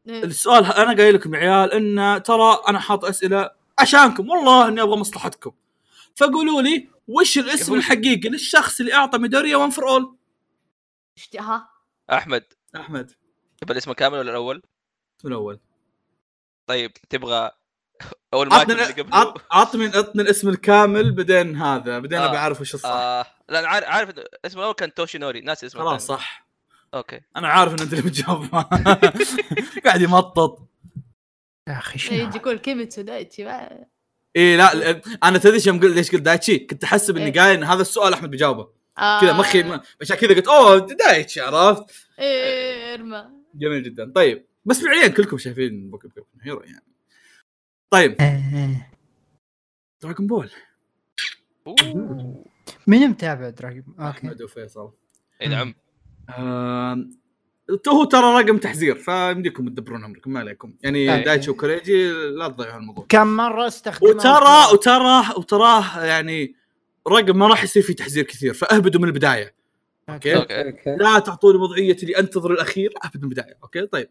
S5: إيه،
S2: السؤال ه- انا قايل لكم يا عيال ان ترى انا حاط اسئله عشانكم والله اني ابغى مصلحتكم فقولوا لي وش الاسم
S3: يقول-
S2: الحقيقي للشخص اللي اعطى ميدوريا وان فور اول
S5: إيش- ها
S3: احمد
S2: احمد
S3: تبغى الاسم كامل ولا الاول؟
S2: اسمه الاول
S3: طيب تبغى اول ما
S2: عطنا
S3: اللي قبله
S2: عط- عطني عطني الاسم الكامل بعدين هذا بعدين
S3: آه.
S2: آه. بعرف وش الصح آه.
S3: آه لا أنا عارف عارف إنه اسمه الاول كان توشي نوري ناسي اسمه
S2: خلاص
S3: الثاني.
S2: صح
S3: اوكي
S2: انا عارف ان انت اللي بتجاوب قاعد يمطط
S1: يا اخي شنو
S5: إيه، يجي
S1: هذا؟
S5: يقول كيميتسو دايتشي ما-
S2: اي إيه، لا لا، انا تدري شو قلت ليش قلت دايتشي كنت احسب اني
S5: إيه.
S2: قايل ان هذا السؤال احمد بيجاوبه
S5: آه.
S2: كذا مخي عشان كذا قلت اوه دايتشي عرفت
S5: ايه ارمى
S2: جميل جدا طيب بس فعليا كلكم شايفين بوكو بوكو هيرو يعني طيب
S1: إيه، إيه.
S2: دراغون بول
S3: أوه.
S1: مين متابع دراجون اوكي
S2: احمد وفيصل
S3: اي نعم
S2: آم، هو ترى رقم تحذير فيمديكم تدبرون امركم ما عليكم يعني
S1: أي.
S2: دايتشي وكوريجي لا تضيعون الموضوع
S1: كم مره استخدمه
S2: وترى وتراه وتراه يعني رقم ما راح يصير فيه تحذير كثير فاهبدوا من البدايه أوكي.
S3: اوكي
S4: اوكي
S2: لا تعطوني وضعيه اللي انتظر الاخير اهبد من البدايه اوكي طيب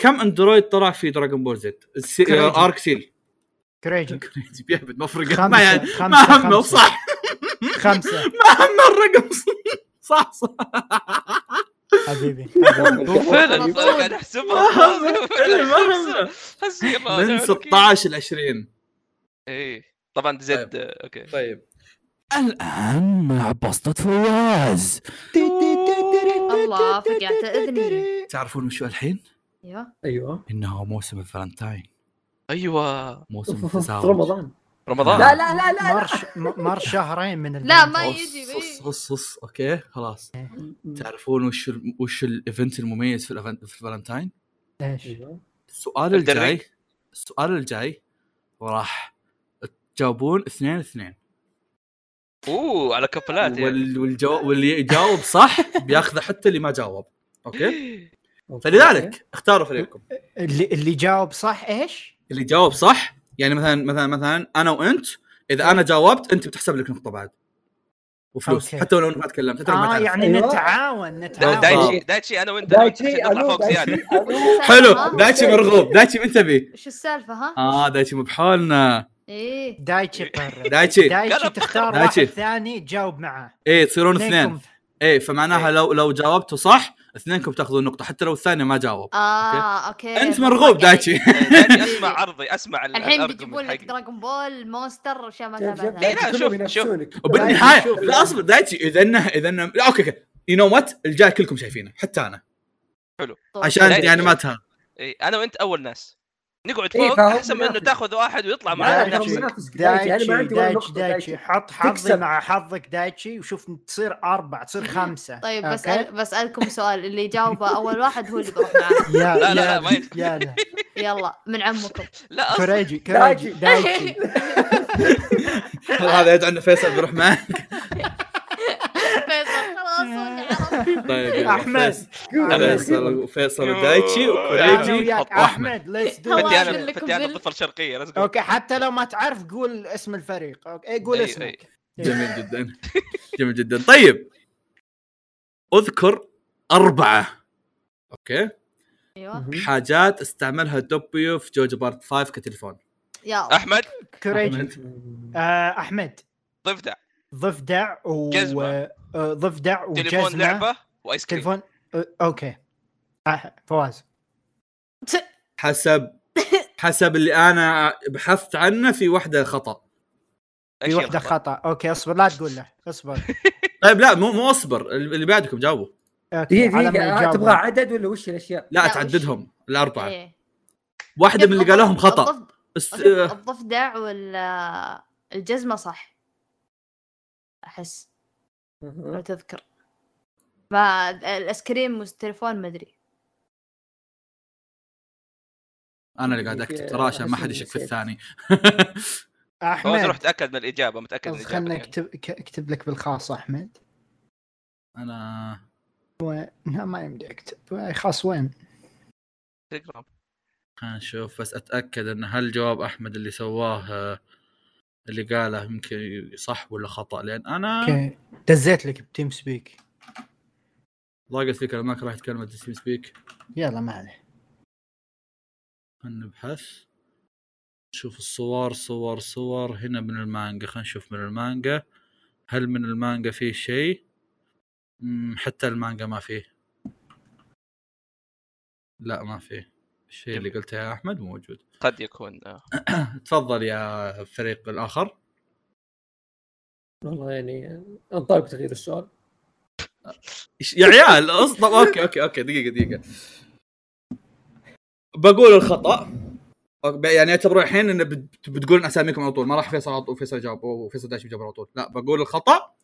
S2: كم اندرويد طلع في دراغون بول زد؟ السي-
S1: كوريجي.
S2: ارك سيل
S1: كريجي
S2: كريجي بيهبد ما فرقت ما
S1: خمسة
S2: يعني ما
S1: خمسة
S2: همه
S1: خمسة.
S2: صح
S1: خمسة
S2: ما همه الرقم صح صح
S1: حبيبي
S3: هو فعلا
S5: والله.
S3: أنا قاعد احسبها
S2: فعلاً ما همه.
S3: بس يلا،
S2: من
S3: تعالوا.
S2: 16 ل 20
S3: ايه طبعا زد اوكي
S2: طيب
S6: الآن مع بسطة فواز
S5: الله فقعت اذني
S2: تعرفون وشو الحين؟
S5: ايوه
S4: ايوه
S6: إنه موسم الفالنتاين
S3: ايوه
S6: موسم
S4: في
S6: التزاوج
S4: رمضان
S3: رمضان
S4: لا لا لا لا
S1: مر ش- مر شهرين من
S5: لا
S1: البنت.
S5: ما
S2: أص-
S5: يجي
S2: أص-
S5: بيه.
S2: أص- أص، اوكي خلاص تعرفون وش ال- وش الايفنت المميز في الأفن- في الفالنتاين؟
S1: ليش؟
S4: أيوة.
S2: السؤال
S3: الدرج.
S2: الجاي السؤال الجاي راح تجاوبون اثنين اثنين
S3: اوه على كفلات يعني
S2: وال- والجو... واللي يجاوب صح بياخذه حتى اللي ما جاوب اوكي فلذلك اختاروا فريقكم
S1: اللي اللي جاوب صح ايش؟
S2: اللي جاوب صح يعني مثلا مثلا مثلا انا وانت اذا انا جاوبت انت بتحسب لك نقطه بعد وفلوس
S1: أوكي.
S2: حتى لو انك ما تكلمت حتى لو ما
S1: اه
S2: تعرف. أيوه.
S1: يعني
S4: أيوة.
S1: نتعاون
S3: دا-
S1: نتعاون
S2: دايتشي.
S3: دايتشي دايتشي انا وانت
S4: دايتشي
S3: عشان نطلع
S4: الو
S3: فوق زياده
S4: دايتشي الو
S2: حلو دايتشي مرغوب دايتشي منتبه
S5: ايش السالفه ها؟
S2: اه دايتشي مو بحالنا
S5: ايه
S1: دايتشي قرر
S2: دايتشي
S1: دايتشي
S3: قرب.
S1: تختار
S2: دايتشي.
S1: واحد ثاني تجاوب معه
S2: ايه تصيرون اثنين
S1: اثنينكم. إيه.
S2: ايه فمعناها لو لو جاوبتوا صح اثنينكم تاخذون نقطه حتى لو الثاني ما جاوب
S5: اه
S1: إيه،
S5: اوكي
S2: انت مرغوب دايتشي
S3: آه، دايتشي اسمع عرضي اسمع ال-
S5: الحين
S3: الأرقام
S5: بيجيبون لك
S3: حقي.
S5: دراغون بول مونستر واشياء ما
S4: شوف- شوف،
S2: إيه،
S5: تابعتها
S4: دايتشي
S3: لا،
S4: كلهم
S3: شوف-
S4: ينافسونك.
S2: وبالنهايه
S4: شوف.
S2: لا اصبر دايتشي اذا انه اذا انه لا اوكي اوكي يو نو وات الجاي كلكم شايفينه حتى انا عشان
S3: دايتشي.
S2: يعني ما تهان
S3: إيه، انا وانت اول ناس نقعد
S4: إيه،
S3: فوق
S4: فهم
S3: احسن من انه
S4: منافس.
S3: تاخذ واحد ويطلع معانا
S4: لا،
S1: دايتشي.
S3: نفسك
S4: منافس دايتشي.
S2: يعني
S1: دايتشي
S4: انا ما عندي ولا
S1: دايتشي
S4: نقطة
S1: دايتشي
S4: دايتشي.
S1: حط حظي
S4: تكسب.
S1: مع حظك دايتشي وشوف تصير اربع تصير خمسه
S5: طيب
S1: أوكي؟
S5: بسأل بسألكم سؤال اللي يجاوبه أول واحد هو اللي بروح معاه
S1: يا
S3: لا، لا،
S1: يا
S3: ما ينفع.
S1: يا لا
S5: يلا من عمكم
S3: لا اصبر
S1: كوريجي كوريجي دايتشي
S2: هذا يدعو انه فيصل بيروح معه
S5: فيصل خلاص واللي عرف.
S2: طيب يلا،
S1: احمد
S2: فيصل-
S1: أنا
S2: فيصل وفيصل
S3: يوه.
S2: ودايتشي
S1: أنا
S2: وكوريجي
S1: وياك.
S2: واحمد
S1: احمد ليتس دو
S5: هو
S3: فتي
S5: أقول
S3: انا
S5: لكم
S3: فتي انا
S5: بال-
S3: طفل شرقيه لازم
S1: اوكي حتى لو ما تعرف قول اسم الفريق اوكي قول
S3: أي-
S1: اسمك
S2: جميل جدا جميل جدا طيب اذكر اربعه اوكي
S5: أيوه
S2: حاجات استعملها دوبيو في جوجو بارت 5 كتليفون
S5: يلا
S3: احمد
S1: كوريجي آه، احمد
S3: ضفدع
S1: ضف دع و
S3: جزمة.
S1: آه، ضف دع
S3: تليفون
S1: وجزمة
S3: لعبه وايس كريم
S1: تليفون آه، اوكي آه، فواز
S2: حسب حسب اللي انا بحثت عنه في واحده خطا
S1: في
S3: أشياء
S1: وحده خطا اوكي اصبر لا تقول له اصبر
S2: طيب لا مو مو اصبر اللي بعدكم جاوبوا
S1: اوكي
S4: دقيقة
S1: على ما
S4: دقيقة آه،
S1: يجاوب.
S4: تبغى عدد ولا وش الاشياء؟
S2: لا
S5: لا،
S2: تعددهم الاربعه
S5: إيه.
S2: واحده من اللي قالوهم خطا
S5: الضف-
S2: است...
S5: الضف- الضفدع والجزمة صح أحس لو تذكر ما الآيس كريم والتليفون ما أدري
S2: انا اللي قاعد اكتب ترى عشان ما حد يشك في الثاني
S3: فوز
S1: احمد
S3: رحت اتاكد من الاجابه متاكد من
S1: خلنا
S3: الاجابه
S1: خلنا
S3: يعني.
S1: اكتب ك- اكتب لك بالخاص احمد
S2: انا
S1: لا ما يمدي اكتب خاص وين
S3: تليجرام.
S2: خلينا نشوف بس اتاكد ان هل جواب احمد اللي سواه آه، اللي قاله يمكن صح ولا خطا لان انا
S1: اوكي دزيت لك بتيم سبيك
S2: ضاقت فيك لما كرهت كلمه ديسمي سبيك
S1: يلا ما عليه
S2: خلينا نبحث نشوف الصور صور صور هنا من المانجا خلينا نشوف من المانجا هل من المانجا فيه شيء مم، حتى المانجا ما فيه لا ما فيه الشيء اللي قلته يا احمد مو موجود
S3: قد يكون آه.
S2: تفضل يا فريق الاخر
S4: والله يعني انطلق تغيير السؤال
S2: إيش- يا عيال اصبر اوكي اوكي اوكي دقيقه دقيقه بقول الخطا أوك- يعني اعتبروا الحين ان بت- بتقولون اساميكم على طول ما راح فيصل على طول فيصل جاوب وفيصل داش يجاوب على طول لا بقول الخطا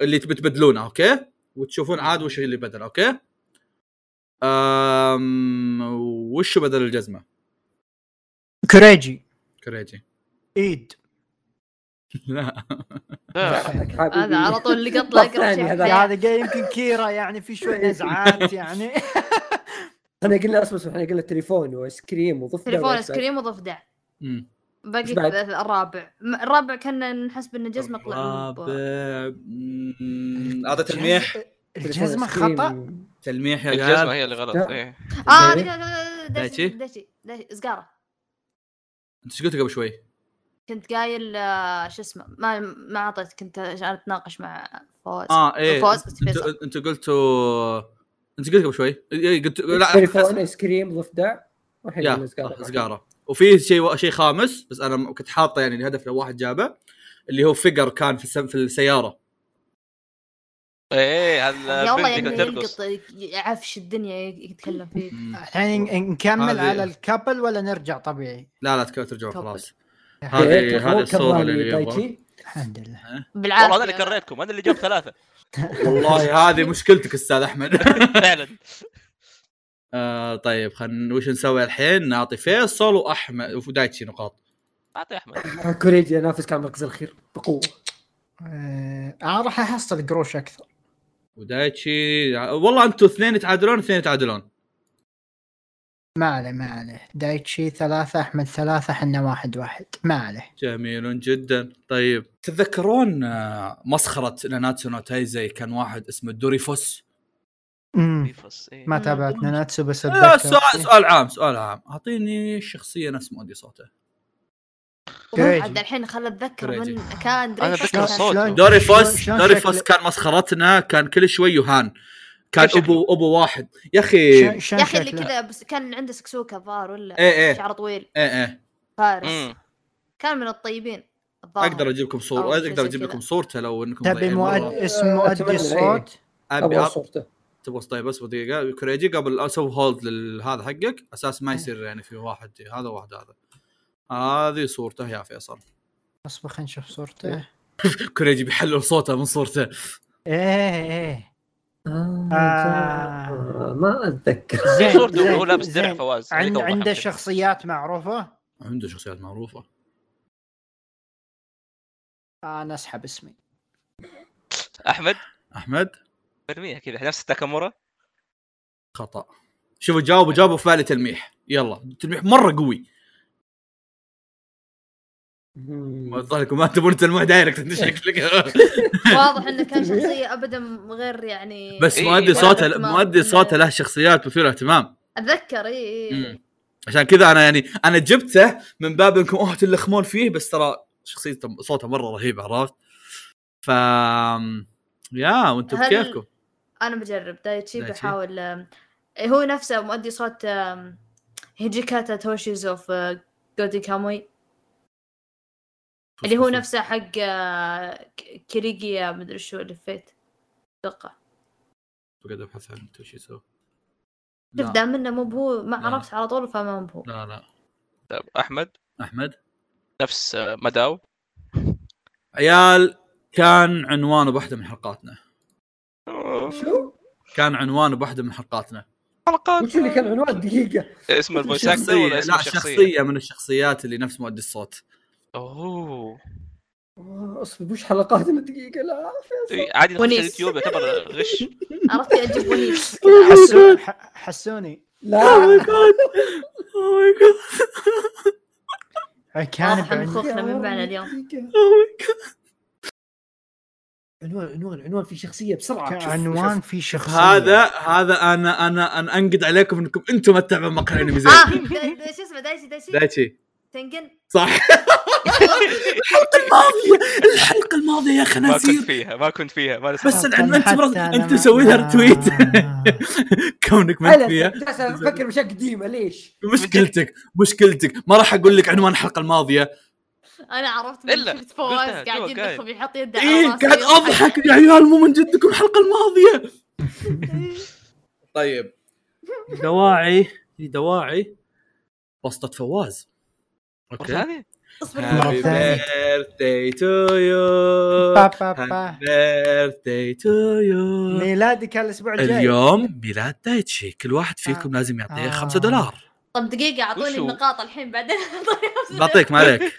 S2: اللي تب- بتبدلونه اوكي وتشوفون عاد وش اللي بدل اوكي أم... وش بدل الجزمه
S1: كوريجي
S2: كريجي
S1: ايد
S2: لا
S5: هذا على طول اللي قط
S4: طب
S5: لك
S4: ثاني هذا.
S5: رجع
S1: هذا جاي يمكن كيرا يعني في شوي نزعات يعني
S4: احنا قلنا اصبر اصبر، احنا قلنا تليفون وايس كريم وضفدع
S5: تليفون
S4: وإيش
S5: ايس كريم وضفدع
S2: مم.
S5: باقي
S4: إيش بعد؟
S5: الرابع م- الرابع كنا نحسب ان جزمه طلع منه
S2: رابع. مم. اعطي تلميح
S4: بعد؟
S1: الجزمه
S4: تليفون آيس
S1: خطا
S4: كريم.
S2: تلميح يا عيال
S3: الجزمه هي اللي غلط
S4: لا.
S3: إيه.
S5: ب- اه دقيقة- دقيقة-
S2: دايتشي؟
S5: دايتشي دايتشي دايتشي سقاره
S2: انت ايش قلت قبل شوي؟
S5: كنت قايل آه، شو اسمه ما ما اعطيت كنت انا اتناقش مع فوز
S2: اه ايه
S5: فوز بس
S2: انت,
S5: فيصل.
S2: انت قلتوا انت قلت قبل شوي إيه، قلت لا
S4: تليفون ايس كريم ضفدع والحين
S2: يا
S4: قلنا سجارة.
S2: سقاره وفي شيء شيء خامس بس انا م- كنت حاطه يعني الهدف لو واحد جابه اللي هو فيجر كان في السم- في السياره
S3: ايه
S5: يا
S3: هذا
S5: والله
S3: بنت
S5: يعني
S3: اللي ترقص
S5: يلقط يعفش الدنيا يتكلم فيه
S1: الحين ن- نكمل
S2: هذه-
S1: على الكابل ولا نرجع طبيعي
S2: لا لا تك- ترجعوا
S5: تفضل.
S2: خلاص
S4: إيه،
S2: هذه
S4: تليفون
S2: هذه الصوره
S4: كبراني
S2: اللي يبغى
S4: دايتشي.
S1: الحمد لله
S5: بالعافيه
S3: والله انا اللي كريتكم انا اللي جبت ثلاثه
S2: والله هذه مشكلتك استاذ احمد
S3: فعلا
S2: آه طيب خلينا وش نسوي الحين نعطي فيصل واحمد ودايتشي نقاط
S3: اعطي احمد
S4: آه، كوريجي ينافسك على المركز الاخير بقوه
S1: آه، انا راح احصل قروش اكثر
S2: ودايتشي والله انتم اثنين تعادلون اثنين تعادلون
S1: ما عليه ما عليه دايتشي ثلاثة أحمد ثلاثة حنا واحد واحد ما عليه
S2: جميل جدا طيب تتذكرون آه، مسخره ناناتسو نو تايزي كان واحد اسمه دوريفوس
S1: أمم،
S3: بيفص إيه.
S1: ما تابعت ناناتسو بس
S2: لا
S1: أتذكر.
S2: آه، سؤال سؤال عام سؤال عام اعطيني شخصيه نفس مودي صوته
S1: كريجي.
S5: عاد الحين خل اتذكر
S2: كريجي.
S5: من كان
S3: أنا
S5: دريك
S3: أتذكر
S5: كان-
S3: صوته.
S1: شلون- شلون-
S2: دوريفوس
S1: شلون
S2: دوريفوس
S1: شكله؟
S2: كان مسخرتنا كان كل شوي يوهان كان
S3: كيف شكله؟
S2: ابو ابو واحد يا اخي ايه
S1: شلون- شلون
S5: يا اخي اللي
S1: شكله؟
S5: كذا بس كان عنده سكسوكه الظاهر ولا
S2: ايه
S5: شعره طويل
S2: ايه
S5: فارس
S3: أمم.
S5: كان من الطيبين الظاهر
S2: اقدر اجيب لكم صور
S5: أو شيء
S2: اقدر
S5: زي
S2: اجيب
S5: كذا.
S2: لكم صورته لو انكم
S1: تبي
S2: ضايعين
S1: مؤد...
S2: والله.
S1: اسم مؤدي
S4: أتمنى،
S1: الصوت
S2: ابي
S4: ابغى
S2: أب-
S4: صورته
S2: تبغى طيب بس دقيقه كريجي قبل اسوي هولد لهذا حقك اساس
S3: إيه.
S2: ما يصير يعني في واحد هذا وواحد هذا هذه صورته يا فيصل
S1: اصبر خلينا نشوف صورته
S2: كريجي بيحلل صوته من صورته
S1: ايه ايه
S4: آه،
S1: آه.
S4: ما اتذكر
S1: زين
S3: صورته
S1: زين،
S3: وهو لابس درع
S1: زين.
S3: فواز
S1: عند...
S3: هذيك أوضح
S1: عنده
S3: يمكن.
S1: شخصيات معروفة
S2: عنده شخصيات معروفه
S1: انا اسحب اسمي
S3: احمد
S2: احمد
S3: برميها كذا نفس تاكامورا
S2: خطا شوفوا جاوبوا جاوبوا في بالي تلميح يلا تلميح مره قوي الظاهر إنكم ما تبون تلميح دايركت انت شكلك
S5: واضح انه كان شخصيه ابدا غير يعني
S2: بس
S3: إيه،
S2: مؤدي
S3: ولا
S2: صوته
S5: اهتمام.
S2: مؤدي صوته له شخصيات مثيره اهتمام
S5: اتذكر اي
S2: مم.
S5: إي.
S2: عشان كذا انا يعني انا جبته من باب انكم اوه تلخمون فيه بس ترى شخصيته صوته مره رهيب عرفت؟ ف يا وانتم
S5: هل-
S2: بكيفكم
S5: انا بجرب دايتشي
S2: دايتشي.
S5: بحاول آم، إيه، هو نفسه مؤدي صوت آم، هيجيكاتا توشيز اوف جودي كاموي اللي هو نفسه حق آه، ك- كيريجيا مدري شو اللي فات اتوقع
S2: قاعد ابحث عن توشي سو
S5: شوف
S2: لا
S5: دام انه مو بهو ما
S2: لا.
S5: عرفت على طول فما مو بهو
S2: لا, لا.
S3: طيب، احمد
S2: احمد
S3: نفس آه، مداو
S2: عيال كان عنوانه بواحده من حلقاتنا
S4: شو؟
S2: كان عنوانه بواحده من حلقاتنا
S3: حلقات
S4: وش اللي كان عنوان دقيقه
S3: آه، اسم الفويس اكتر
S2: شخصية
S3: ولا
S2: لا
S3: اسم الشخصيه؟
S2: شخصية من الشخصيات اللي نفس مؤدي الصوت
S3: اوه
S4: آه، اصبر وش حلقاتنا دقيقه لا
S3: إي، إيه، عادي نخش
S5: ونيس.
S3: اليوتيوب يعتبر غش
S5: عرفت اجيب ونيس
S1: حسون ح- حسوني
S4: لا
S2: اوه ماي جاد
S1: كان
S5: واضح إن
S1: بعند-
S5: خوف. أخنا من معنا اليوم.
S4: دقيقة.
S2: اوه ماي جاد
S4: عنوان عنوان عنوان في شخصيه بسرعه شوف-
S1: كعنوان في شخصية
S2: هذا هذا انا انا انا انقد عليكم انكم انتم ما تتابعون مقهى انمي زين
S5: اه دا- دا- شو اسمه دايتشي دايتشي
S2: دايتشي
S5: تنجن
S2: صح الماضية الحلقة الماضية يا
S3: ما كنت
S2: خنازير
S3: فيها ما كنت فيها ما لسه
S2: بس
S1: حتى
S2: العنوان انت مرض-
S1: أنا
S2: انت
S1: ما-
S2: سوي لها ريتويت.
S1: آه.
S2: كونك ما انت
S4: أنا
S2: فيها
S4: جالس افكر باشياء قديمه ليش؟
S2: مشكلتك مشكلتك ما راح اقول لك عنوان الحلقة الماضية
S5: انا عرفت من
S3: إلا،
S5: شفت فواز
S3: قلتها،
S5: قاعد
S3: جوا
S5: يدخل يحط يده على
S2: ايه
S5: راسي.
S2: قاعد اضحك يا عيال مو من جدكم الحلقة الماضية طيب دواعي في دواعي بسطة فواز
S3: مرة ثانية؟
S5: اصبر
S1: مرة
S2: Happy
S1: ثانية.
S2: birthday to you
S1: با- با- با.
S2: Happy birthday to you
S1: ميلادك الاسبوع الجاي
S2: اليوم ميلاد دايتشي كل واحد فيكم
S1: آه.
S2: لازم يعطيه
S1: آه.
S2: 5 دولار
S5: طب دقيقة
S3: وش
S5: اعطوني
S3: هو؟
S5: النقاط الحين بعدين أعطوني
S2: بعطيك ما عليك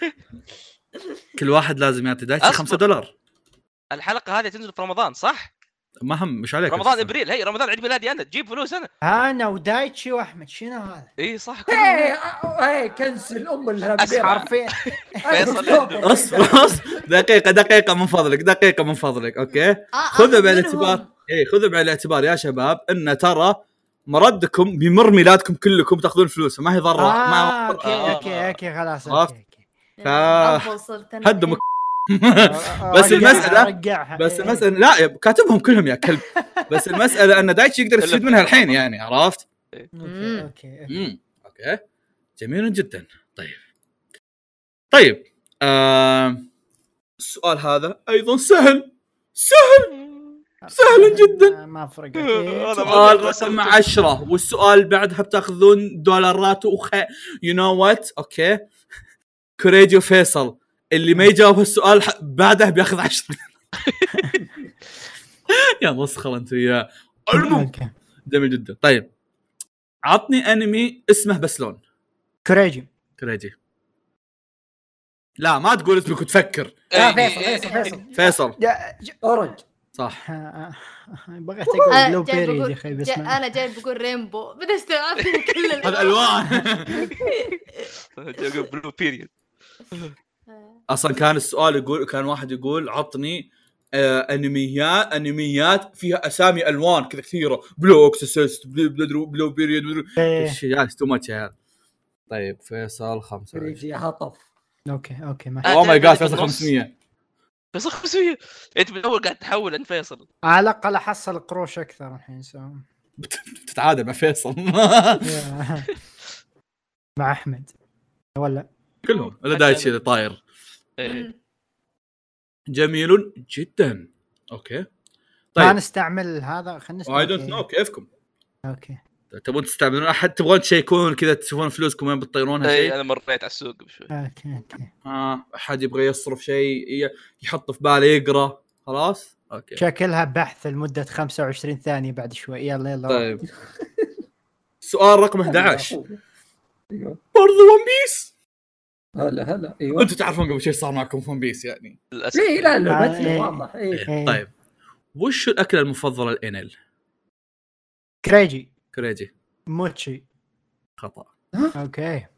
S2: كل واحد لازم يعطي دايتشي
S3: أصبر.
S2: 5 دولار
S3: الحلقه هذه تنزل في رمضان صح؟
S2: ما هم مش عليك
S3: رمضان ابريل هي رمضان عيد ميلادي انا جيب فلوس انا
S1: انا ودايتشي واحمد شنو هذا؟
S3: اي صح كلهم.
S4: ايه آه، ايه كنسل ام الهبل
S3: أسحر.
S1: حرفيا
S3: فيصل
S2: اصبر اصبر دقيقة دقيقة من فضلك دقيقة من فضلك إيه، اوكي
S5: آه،
S2: خذها
S5: آه،
S2: بالاعتبار
S5: منهم.
S2: اي خذها بالاعتبار يا شباب ان ترى مردكم بمر ميلادكم كلكم تاخذون فلوس ما هي ضرة
S1: آه،
S2: ما
S1: اوكي اوكي اوكي خلاص
S2: عرفت؟
S1: أوكي، أوكي.
S2: فا-
S5: أفضل صرت أنا
S2: هدمك
S1: رجعها-
S2: بس المسألة-
S1: رجعها.
S2: بس المسألة لا يا- كاتبهم كلهم يا كلب بس المسألة ان دايتشي يقدر يستفيد منها الحين يعني عرفت؟
S1: اوكي اوكي أوكي.
S2: امم اوكي جميل جدا طيب طيب آم، السؤال هذا ايضا سهل سهل سهل جداً.
S1: ما إيه، فرق
S3: أنا ما-
S2: سؤال رقم عشرة والسؤال بعدها بتاخذون دولارات وخ يو نو وات اوكي كوريجي وفيصل اللي ما يجاوب هالسؤال ح- بعده بياخذ عشرة يا مسخره انت وياه المهم
S1: أوكي.
S2: جميل جدا طيب عطني انمي اسمه بس لون
S1: كوريجي
S2: كريجي لا ما تقول اسمك وتفكر
S4: لا فيصل فيصل فيصل
S2: فيصل
S1: يا- ج-
S4: اورنج
S2: صح
S1: بغيت اقول
S5: أنا
S1: بلو
S5: أه، آه، جاي
S1: بيري
S5: بقول-
S1: يا اخي بس
S5: جاي
S1: ما-
S5: انا جاي بقول ريمبو بدي استوعب كل
S2: هذا الوان
S3: بلو بيريد
S2: اصلا كان السؤال يقول كان واحد يقول عطني آه انميات انميات فيها اسامي الوان كذا كثيره بلو اكسسست بلو بلو, بلو بيريد بلو
S1: إيه.
S2: ايش يا تو ماتش يا عيال طيب فيصل
S1: إيه.
S2: 25
S4: ريجي هطف
S1: اوكي اوكي ما
S2: اوه ماي جاد
S3: أعتقد
S2: فيصل
S3: بالنص.
S2: 500
S3: بس 500 انت من اول قاعد تحول انت فيصل
S1: على الاقل احصل قروش اكثر الحين سو
S2: تتعادل مع فيصل
S1: يا. مع احمد ولا
S2: كلهم ولا دايتشي اللي طاير
S3: إيه.
S2: جميل جدا اوكي
S1: ما
S2: طيب
S1: نستعمل هذا خلينا
S2: اي دونت نو كيفكم
S1: اوكي
S2: تبون تستعملون احد تبغون تشيكون كذا تشوفون فلوسكم وين بتطيرونها شيء
S3: اي انا مريت على السوق بشوي
S1: اوكي اوكي
S2: آه، احد يبغى يصرف شيء ي- يحط في باله يقرا خلاص اوكي
S1: شكلها بحث لمده 25 ثانيه بعد شوي يلا يلا
S2: طيب سؤال رقم 11 برضو ون بيس
S4: أيوه. هلا هلا ايوه
S2: انتم تعرفون قبل شوي صار معكم في ون بيس يعني
S3: للاسف
S4: ليه لا
S1: آه،
S4: لعبتنا
S1: إيه.
S4: واضح اي
S1: إيه.
S2: طيب وش الاكله المفضله لانيل
S1: كريجي
S2: كريجي
S1: موتشي
S2: خطا
S1: اوكي
S3: أحمد.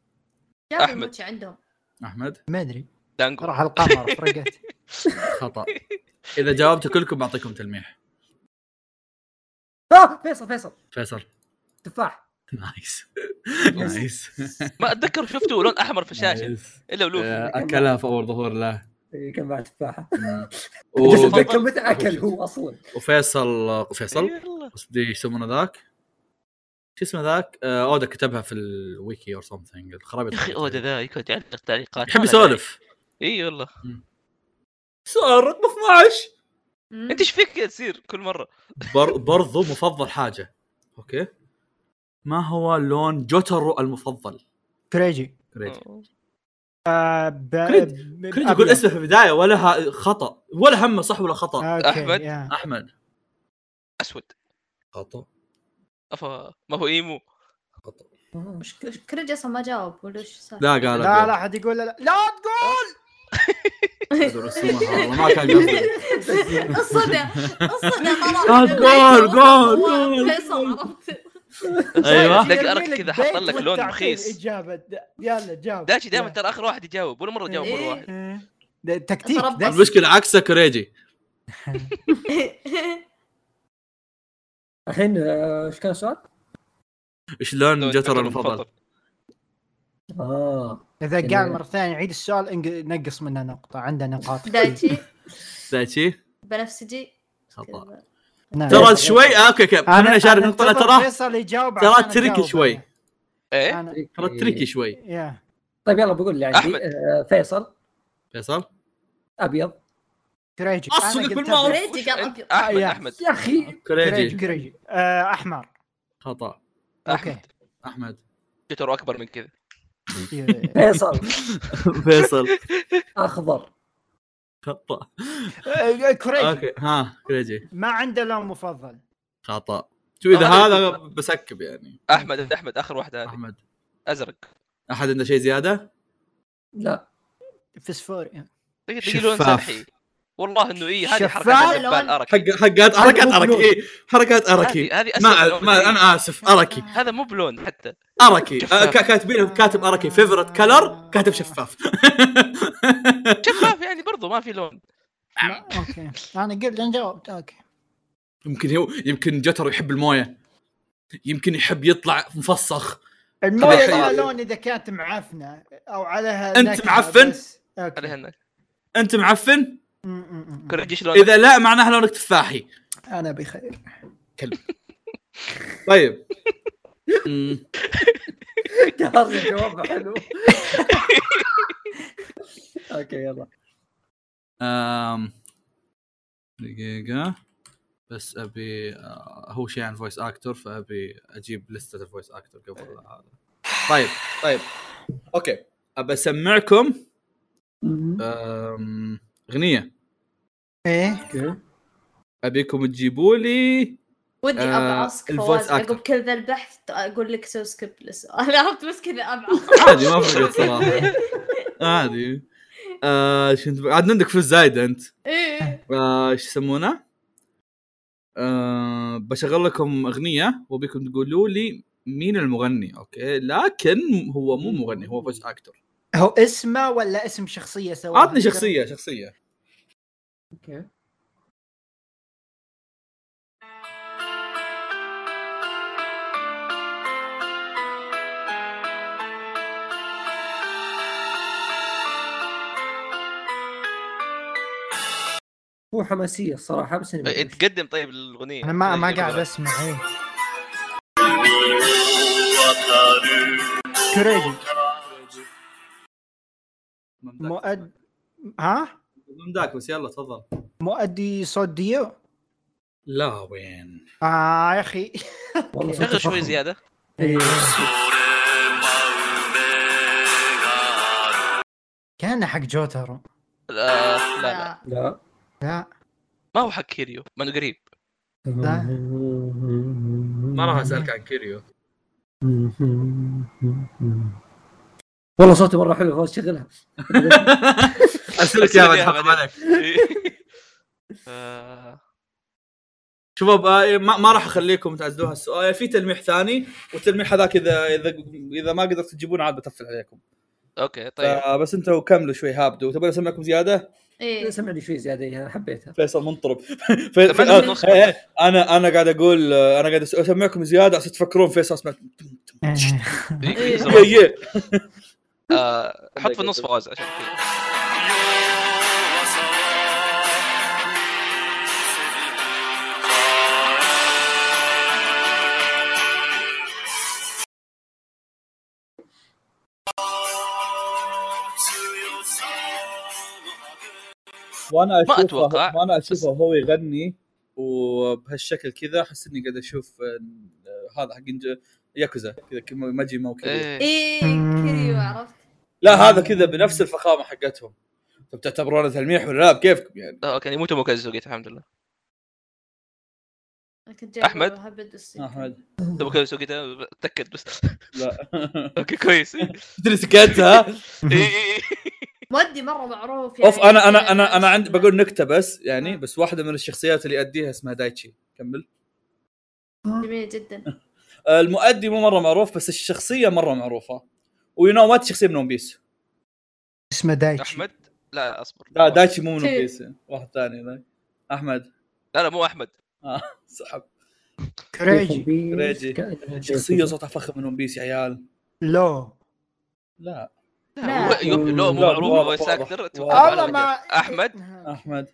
S5: احمد عندهم
S2: احمد
S1: ما ادري
S3: دانجو
S1: راح القمر فرقت
S2: خطا اذا جاوبتوا كلكم بعطيكم تلميح
S4: اه فيصل فيصل
S2: فيصل
S4: تفاح
S2: نايس نايس
S3: ما اتذكر شفته لون احمر في الشاشه
S2: نايس.
S3: الا ولوفي
S2: آه، اكلها في اول ظهور له
S4: إيه، كان بعد تفاحه
S2: و-
S4: تتذكر متى اكل هو اصلا
S2: وفيصل فيصل
S3: يلا
S2: قصدي ايش يسمونه ذاك؟ شو اسمه ذاك؟ آه، اودا كتبها في الويكي اور سمثينج الخرابيط
S3: يا اخي اودا ذا يقعد يعلق تعليقات
S2: يحب يسولف
S3: اي والله
S2: سؤال رقم 12
S5: مم.
S3: انت ايش فيك تصير كل مره؟
S2: بر... برضو مفضل حاجه اوكي ما هو لون جوترو المفضل؟
S1: كريجي
S2: كريد
S1: آه، ب...
S2: كريجي-
S1: ب-
S2: كريد
S1: أبيض.
S2: يقول اسمه في البدايه ولا ها- خطا ولا همه صح ولا خطا
S1: اوكي
S3: أحمد.
S1: يا.
S2: احمد
S3: اسود
S2: خطا
S3: افا ما هو ايمو
S2: خطا
S5: مش مش- كريج اصلا ما جاوب ولا ايش صار
S2: لا قال
S1: لا لا احد يقول لا لا تقول
S2: أبيض. سبحان الله، ما كان قصدي
S5: الصدى الصدى خلاص
S2: قول، قول، قول، قول.
S5: فيصل عرفت
S2: ايوه
S3: تلاقي
S1: يرمي
S3: أرك كذا حط
S1: بيت
S3: لك لون
S1: وتعطيه
S3: رخيص.
S1: الاجابه د- يلا جاوب
S3: داشي دائما ترى اخر واحد يجاوب ولا مره جاوب ولا
S5: إيه.
S3: واحد
S1: ترى تكتيك
S5: تربص.
S1: ده-
S2: المشكله عكسه كريجي
S4: الحين آه، ايش كان السؤال؟
S3: طيب،
S2: شلون جوترو المفضل؟
S4: اه
S1: اذا قال مره ثانيه عيد السؤال إنج- نقص منه نقطه عنده نقاط
S5: دايتشي
S2: دايتشي
S1: آه.
S5: بنفسجي
S2: خطا
S5: كذا.
S1: نعم.
S2: ترى شوي آه، اوكي اوكي خليني اشارك
S1: أنا
S2: نقطه
S1: انتظر
S2: ترى
S1: فيصل يجاوب
S2: ترى
S1: عشان
S2: تريكي
S1: أجاوب
S2: شوي.
S3: ايه
S1: أنا. أنا-
S2: ترى تريكي شوي
S1: يا
S4: طيب يلا بقول اللي عندي
S3: أحمد.
S4: آه، فيصل
S2: فيصل
S4: ابيض
S1: كريجي
S2: أصدق
S1: أنا قلت
S2: بالمره.
S1: أبيض.
S5: كريجي إيه، قال ابيض
S3: احمد
S1: آه، يا.
S3: احمد
S4: يا اخي
S1: كريجي
S2: كريجي
S1: كريجي آه، احمر
S2: خطا
S1: اوكي
S3: احمد
S2: احمد
S3: جوترو اكبر من كذا
S1: يا-
S4: فيصل
S2: فيصل
S4: اخضر
S2: خطا
S1: آه، كريجي
S2: اوكي ها كريجي
S1: ما عنده لون مفضل
S2: خطا شوف اذا
S3: آه،
S2: هذا بسكب يعني
S3: احمد احمد اخر واحده هذه
S2: احمد
S3: ازرق
S2: احد عنده شيء زياده؟
S4: لا
S1: فسفوري
S3: دقيقة- دقيقة لون
S2: شفاف.
S3: سمحي والله انه اي هذه
S1: شفاف.
S3: حركات
S5: هذا لون.
S3: زبال
S2: حق
S3: اركي
S2: حقات حركات اركي اي حركات اركي
S3: هذه هذه
S2: ما
S3: أسود.
S2: ما انا اسف اركي
S3: هذا مو بلون حتى
S2: اركي آه،
S3: شفاف.
S2: كا- كاتبين كاتب اركي فيفرت كلر كاتب شفاف
S3: شفاف يعني برضو ما في لون
S1: ما- اوكي انا قلت انا جاوبت اوكي
S2: يمكن هو يمكن جتر يحب المويه يمكن يحب يطلع مفسخ
S1: المويه
S2: طبيعي.
S1: لها لون اذا كانت معفنه او عليها
S2: أنت
S1: نكهة
S2: معفن؟
S1: بس. أوكي. أمم،
S3: خليه هناك
S2: انت معفن
S1: م- م- م.
S3: كوريجي شلون
S2: اذا لا معناها لونك تفاحي
S1: انا بخير
S2: طيب
S4: قهر الجواب حلو اوكي يلا
S2: أم، دقيقة بس ابي آه، هو شيء عن فويس اكتور فابي اجيب لستة الفويس اكتور قبل هذا طيب طيب اوكي ابى اسمعكم أم، اغنية
S1: ايه
S4: اوكي
S2: ابيكم تجيبوا لي
S5: ودي
S2: آه،
S5: ابعصك
S2: الفويس
S5: فواز
S2: أكتر.
S5: عقب كل ذا البحث اقول لك سو سكيب انا عرفت بس كذا ابعص
S2: عادي ما فرقت صراحة عادي آه شنت عاد عندك فلوس زايدة انت
S5: ايه
S2: آه، ايش يسمونه؟ أه بشغل لكم اغنيه وبيكم تقولوا لي مين المغني اوكي لكن هو مو مغني هو فويس اكتر
S1: هو اسمه ولا اسم شخصيه سواها؟
S2: عطني شخصيه شخصيه
S4: اوكي هو حماسيه الصراحه بس اني ما
S3: تقدم طيب الاغنيه
S1: انا ما
S3: إيه،
S1: ما قاعد اسمع ايه كوريجي مؤد ها
S2: ممداك بس يلا تفضل
S1: مؤدي صوت ديو
S2: لا وين
S1: اه يا اخي
S4: أدري. والله صوته
S3: شغل شوي
S4: فخم.
S3: زياده
S4: إيه.
S1: كان حق جوترو
S3: لا لا, لا.
S5: لا
S4: لا
S1: لا
S3: ما هو حق كيريو من قريب
S1: لا.
S2: ما راح اسالك عن كيريو
S4: والله صوته مره حلو فوز شغلها
S2: اسالك يا
S3: أسألك
S2: احمد
S3: إياها
S2: حقا
S3: بعدين.
S2: عليك
S3: آه،
S2: شباب آه، ما, ما راح اخليكم تعزلوها السؤال آه، في تلميح ثاني والتلميح هذاك اذا اذا اذا ما قدرت تجيبونه عاد بتفل عليكم
S3: اوكي طيب
S2: فبس انتوا كملوا شوي هابدوا تبون اسمعكم زياده
S5: ايه
S4: إيه، سمعني شوي زياده انا حبيتها
S2: فيصل منطرب في... في...
S3: ثمانية ونص.
S2: آه، إيه، إيه، انا انا قاعد اقول آه، انا قاعد أس- اسمعكم زياده عشان تفكرون فيصل اسمع
S3: دقيقة،
S5: إيه.
S3: دقيقة،
S2: يا- يا. إيه.
S3: آه، حط في النص فواز عشان كذا.
S2: وانا
S3: ما
S2: اشوفه
S3: أتوقع،
S2: وانا
S3: بس-
S2: اشوفه هو يغني وبهالشكل كذا احس اني قاعد اشوف آه، هذا حق إنج- ياكوزا كذا كيما- ماجيما وكذا
S3: إيه.
S5: ايه كيريو عرفت
S2: لا هذا كذا بنفس الفخامه حقتهم طب تعتبرونه تلميح ولا لا بكيفكم يعني
S3: آه، اوكي موتو موكازوكي الحمد لله
S5: أنا كنت جايبة
S3: أحمد؟
S5: هبد السكة.
S2: احمد
S3: موتو موكازوكي ده تاكد بس
S2: لا
S3: اوكي كويس إيه.
S2: تدري سكت ها
S3: إيه، إيه،
S5: مودي مره معروف
S2: اوف انا انا انا انا عندي بقول نكته بس
S3: آه.
S2: يعني بس واحده من الشخصيات اللي اديها اسمها دايتشي كمل
S5: جميل جدا
S2: آه، المؤدي مو مره معروف بس الشخصيه مره معروفه ويو نو وات شخصيه من ون بيس
S1: اسمه
S3: إيه.
S1: دايتشي
S3: احمد لا اصبر
S2: لا دايتشي مو من ون
S5: شي.
S2: بيس واحد ثاني ذاك. احمد
S3: لا لا مو احمد
S2: سحب
S1: كوريجي
S2: كريجي. شخصيه صوتها فخم من ون بيس يا عيال
S1: لو
S2: لا
S5: لا.
S3: هو- يو- لو مو
S2: لا،
S3: معروف
S2: واضح،
S3: فويس
S2: واضح،
S3: اكتر
S2: واضح.
S3: أتوقع
S2: والله
S3: لا رجال. احمد
S1: إيه.
S2: احمد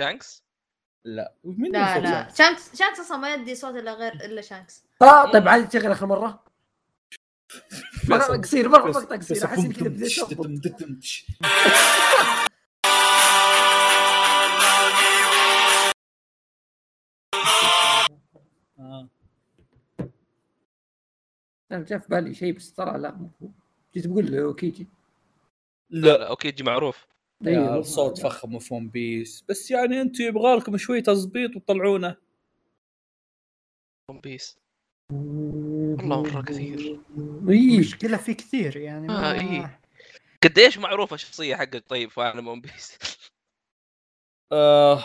S3: شانكس
S2: لا مين
S5: لا
S2: اللي
S5: لا شانكس شانكس اصلا ما يدي صوت الا غير الا شانكس
S4: اه طيب عادي تشغل اخر مره مقطع
S2: فيصل.
S4: قصير مره
S2: فيصل-
S4: مقطع قصير
S2: فيصل.
S4: احس إني كذا
S2: دم-
S4: بديت
S2: دم-
S4: أضبط.
S2: دم- دم- دم- دش. آه.
S4: انا جاء في بالي شيء بس طلع لا مو هو. جيت بقول له كيجي
S3: لا لا اوكي جي معروف
S4: طيب.
S2: يا صوت فخم وفون بيس بس يعني انتم يبغى لكم شوي تظبيط وتطلعونه
S3: ون بيس والله مرة كثير.
S4: ايش
S1: مشكله في كثير يعني ما-
S3: آه، إيه. قديش معروفه الشخصيه حقت طيب في عالم ون بيس
S2: آه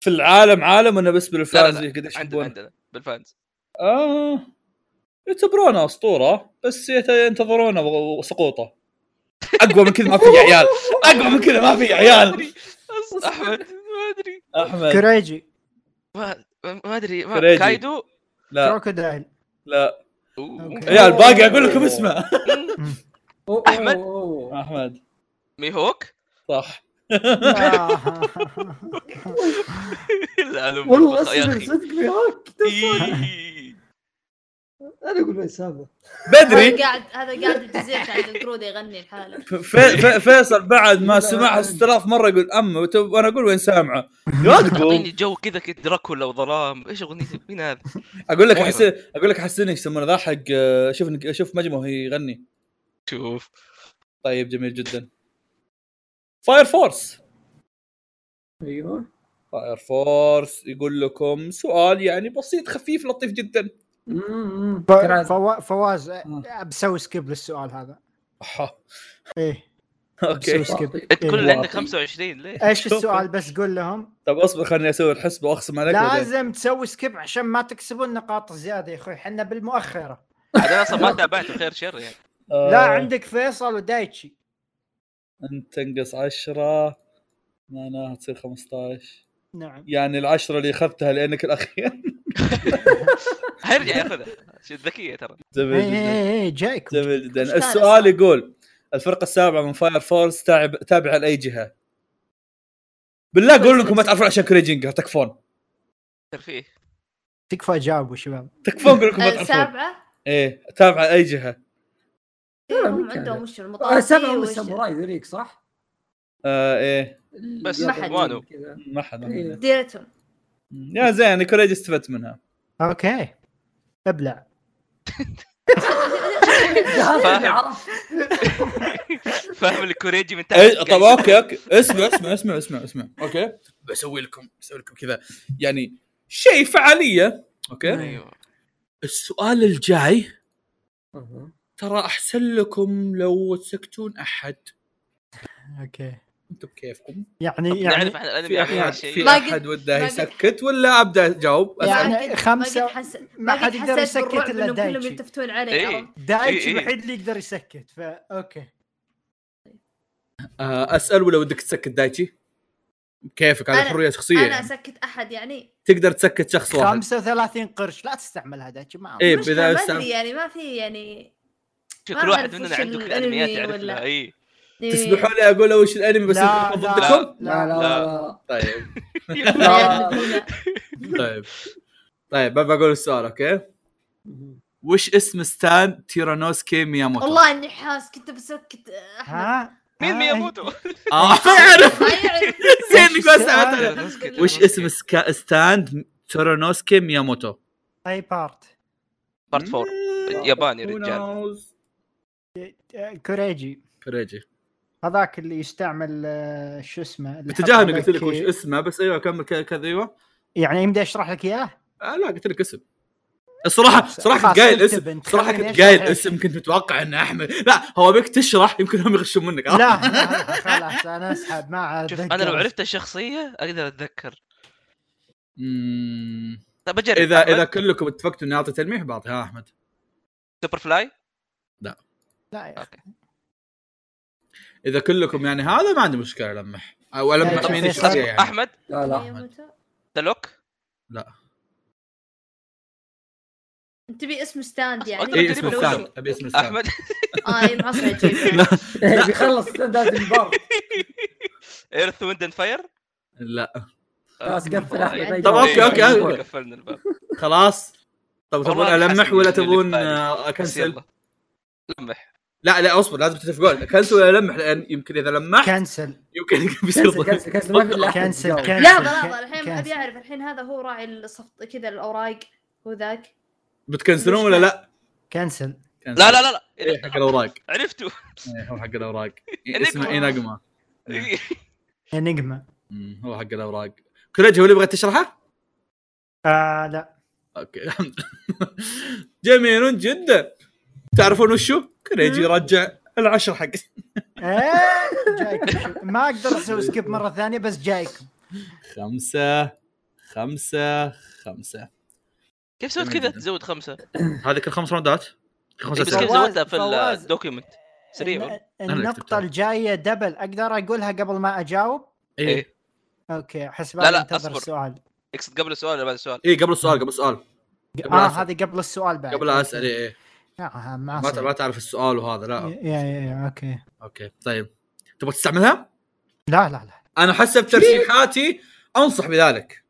S2: في العالم عالم انا بس بالفانز
S3: لا، لا،
S2: قديش
S3: عندنا
S2: يحبونه
S3: عندنا بالفانز
S2: اه يعتبرونه اسطوره بس يت- ينتظرونه و- سقوطه اقوى من كذا ما في يا عيال اقوى من كذا ما في يا عيال
S3: أص- احمد ما ادري
S2: احمد
S1: كوريجي
S3: ما ما ادري ما
S2: كريجي.
S3: كايدو
S1: آه.
S2: لا
S1: كروكودايل
S2: لا
S3: أوه،
S1: أوكي.
S2: يا عيال باقي اقول لكم اسمه
S3: أحمد؟
S2: احمد
S3: ميهوك
S2: صح
S1: آه.
S3: لا لا،
S4: والله
S3: يا
S4: اصبر
S3: أخي.
S4: صدق في هاك
S3: إيه.
S4: انا اقول بس هذا
S5: هذا
S2: بدري
S5: قاعد هذا قاعد بجزيرته عند القرود يغني لحاله
S2: في- في- فيصل بعد ما سمعها 6000 مره يقول اما وت- وانا اقول وين سامعه يا
S3: اعطيني
S2: تقوم.
S3: جو كذا كذا دراكولا وظلام ايش اغنيتي مين هذا؟
S2: اقول لك احس اقول لك احسني يسمونه ذا حق آه، شوف إنك- شوف مجمع وهي يغني
S3: شوف
S2: طيب جميل جدا فاير فورس
S4: ايوه
S2: فاير فورس يقول لكم سؤال يعني بسيط خفيف لطيف جدا
S4: أمم.
S1: ف-
S4: ترى-
S1: آه. فوا- فواز أ- بسوي سكيب للسؤال هذا
S2: أحا.
S1: ايه
S2: اوكي
S1: بسوي skip.
S3: انت كل اللي
S1: إيه.
S3: عندك 25 ليش؟
S1: ايش السؤال بس قول لهم
S2: طب اصبر خليني اسوي الحسبه واخصم عليك بعدين.
S1: لازم تسوي سكيب عشان ما تكسبون نقاط زياده يا اخوي احنا بالمؤخره
S3: عاد انا اصلا ما تابعته خير شر يعني
S2: آه،
S1: لا عندك فيصل ودايتشي
S2: انت تنقص 10 معناها تصير 15
S1: نعم
S2: يعني العشرة اللي اخذتها لانك الاخير
S3: هيرجع ياخذها شي ذكيه ترى
S2: جميل
S1: اي اي
S2: جدا
S1: اي إيه، جايكم
S2: جميل جدا
S5: إيش كان
S2: السؤال
S5: اسمه؟
S2: يقول الفرقه السابعه من فاير فورس تابع تابعه لاي جهه؟ بالله قول لكم ما تعرفون عشان كريجينجر تكفون
S3: ترفيه
S1: تكفى جاوبوا شباب
S2: تكفون قول
S5: آه،
S2: لكم ما تعرفون
S5: السابعه
S2: ايه تابعه لاي جهه؟
S5: إيه،
S4: لا،
S5: هم
S4: مين كان؟
S5: عندهم
S1: آه،
S5: وش المطار
S4: السبعه والساموراي ذوليك صح؟
S2: آه ايه
S3: بس
S4: اليابانيين
S3: وانو.
S4: كذا.
S2: ما حد ما
S4: إيه.
S2: حد.
S5: ديرتهم
S2: يا زين كوريج استفدت منها
S1: اوكي ابلع
S4: هذا اللي
S3: فاهم.
S4: عرف.
S3: فاهم الكوريجي من تحت
S2: إيه، طب اوكي اوكي اسمع اسمع اسمع اسمع اسمع اوكي بسوي لكم بسوي لكم كذا يعني شيء فعاليه اوكي
S3: ايوه
S2: السؤال الجاي
S4: أها.
S2: ترى احسن لكم لو تسكتون احد
S1: اوكي
S2: انتم بكيفكم
S1: يعني
S3: نعرف
S1: يعني
S3: احنا الانمي
S2: في
S3: عملنا
S2: احد
S3: شيء
S2: في
S5: ما قد-
S2: احد وده
S5: ما قد-
S2: يسكت ولا ابدا اجاوب
S5: ما
S1: يعني
S5: قد- ما
S1: خمسة
S5: قد حس-
S1: ما
S5: قد
S1: حد يقدر
S5: حسيت
S1: يسكت
S5: بالرعب
S1: إلا
S5: إنهم كلهم
S1: دايتشي.
S5: يلتفتون علي
S3: إيه.
S5: عرفت؟
S1: دايتشي
S3: إي إي.
S1: الوحيد اللي يقدر يسكت فا اوكي
S2: آه، اسال ولا ودك تسكت دايتشي كيفك هذا
S5: أنا-
S2: حريه شخصيه
S5: انا
S2: يعني.
S5: اسكت احد يعني
S2: تقدر تسكت شخص واحد
S1: 35 قرش لا تستعملها دايتشي ما
S2: إيه،
S5: مشكلة
S2: بذا
S5: ما
S2: السبب.
S5: ادري يعني ما في يعني
S3: شوف
S5: ما
S2: أعرف
S3: كل واحد
S5: وش
S3: مننا عنده كذا
S5: الأنمي
S3: انميات يعرف
S5: ولا-
S3: لها إيه. اي
S2: تسمحوا لي اقول وش الانمي بس
S1: لا
S2: أنتم ضدكم
S1: لا
S4: لا
S1: لا
S4: لا لا
S2: طيب
S4: لا.
S2: طيب طيب ببى اقول السؤال اوكي وش اسم ستان تيرانوسكي مياموتو؟
S5: والله اني حاس كنت بسكت احمد
S1: ها
S3: مين
S1: ها؟
S3: مياموتو؟
S2: اه اعرف
S5: ما يعرف
S2: زين اللي قلت
S1: السؤال؟
S2: أنا.
S5: الحمد لله.
S2: وش اسم سكا ستاند تيرانوسكي مياموتو؟
S1: اي بارت
S3: بارت فور. ياباني رجال.
S1: آه، كوريجي
S2: كريجي
S1: هذاك اللي يستعمل آه، شو اسمه اللي يحط
S2: بتجاهل
S1: عليك-
S2: قلت لك وش اسمه بس ايوه كمل ك- كذا ايوه
S1: يعني يمدي اشرح لك اياه؟
S2: آه لا قلت لك اسم الصراحه صراحه
S1: خلاص،
S2: كنت قايل
S1: اكتب
S2: اسم
S1: انت،
S2: صراحه
S1: خليني
S2: كنت قايل
S1: أشرح.
S2: اسم كنت متوقع ان احمد لا هو بيك تشرح يمكن هم يغشون منك
S1: لا لا، خلاص انا اسحب ما عاد
S3: شوف انا لو عرفت الشخصيه اقدر اتذكر
S2: مم.
S3: طب اجرب
S2: اذا
S3: أحمد.
S2: اذا كلكم اتفقتوا اني اعطي تلميح بعطي ها احمد
S3: سوبر فلاي
S1: لا يا أخي.
S2: اذا كلكم يعني هذا ما عندي مشكله لمح او لمح
S1: لا،
S2: مين
S1: لا،
S2: الشخصيه
S1: لا.
S2: يعني
S3: احمد
S4: لا لا
S3: تلوك
S2: لا
S5: تبي اسم ستاند يعني
S2: اي إيه، اسم
S3: تدري لو
S2: الثاني
S3: شو.
S2: ابي اسم الثاني
S3: احمد
S5: اه إيه، معصب عجيب.
S2: لا
S4: إيه، بيخلص ستاندات البار
S3: ايرث ويند اند فاير
S2: لا
S3: آه،
S4: خلاص قفل احمد
S2: آه، طب أوكي، أوكي، أوكي.
S3: طيب. قفلنا الباب
S2: خلاص طب تبون
S3: والله
S2: المح
S3: حسبي
S2: ولا
S3: اللي
S2: تبون
S3: بالثاني.
S2: آه،
S3: بس
S2: اكنسل
S3: يلا لمح
S2: لا لا اصبر لازم تتفقون كنسل ولا لمح لان يمكن اذا لمح
S1: كنسل
S2: يمكن بيصير
S4: كنسل
S2: ضد.
S4: كنسل كنسل ما في الا
S1: كنسل
S4: كنسل
S1: كنسل
S5: لا لحظه الحين
S1: كنسل.
S5: ابي اعرف الحين هذا هو راعي الصفط كذا الاوراق هو ذاك
S2: بتكنسلون ولا لا؟
S1: كنسل
S2: كنسل.
S3: لا لا لا
S2: إيه،
S3: لا
S2: حق الاوراق
S3: عرفته
S2: إيه، هو حق الاوراق
S3: إنك-
S2: اسمه ايناجما إيه.
S1: يا نجمه
S2: أمم، هو حق الاوراق كوريجي هو اللي بغيت تشرحه؟
S1: آه لا
S2: اوكي الحمد لله. جميل جدا تعرفون وشو؟ كوريجي رجع العشر حق
S1: إيه، جايكم ما اقدر اسوي سكيب مره ثانيه بس جايكم
S2: خمسة خمسة خمسة
S3: كيف سويت
S2: جميل
S3: كذا
S2: جداً.
S3: تزود خمسه
S2: هذه كل خمس راوندات كل خمس
S3: إيه، بس
S1: أسئلة.
S3: كيف
S2: أسئلة
S1: كذا. فواز-
S3: زودتها في
S1: فواز.
S3: الدوكيومنت سريع
S1: الن-
S3: والله.
S2: اللي
S1: النقطه
S2: كتبتها.
S1: الجايه دبل اقدر اقولها قبل ما اجاوب
S2: إيه
S3: إيه.
S1: اوكي حسب
S3: لا، لا،
S1: انتظر
S3: أصبر.
S1: السؤال
S3: اقصد قبل السؤال ولا بعد السؤال؟
S2: إيه قبل السؤال قبل السؤال قبل
S1: اه
S2: أسأل.
S1: هذه قبل السؤال إيه. بعد
S2: قبل لا أسأل إيه إيه
S1: آه ما
S2: ما تع- ما
S1: أصير.
S2: تعرف السؤال وهذا لا
S1: يا يا يا اوكي
S2: أوكي طيب تبغى تستعملها؟
S1: لا لا لا
S2: أنا حسب ترشيحاتي أنصح بذلك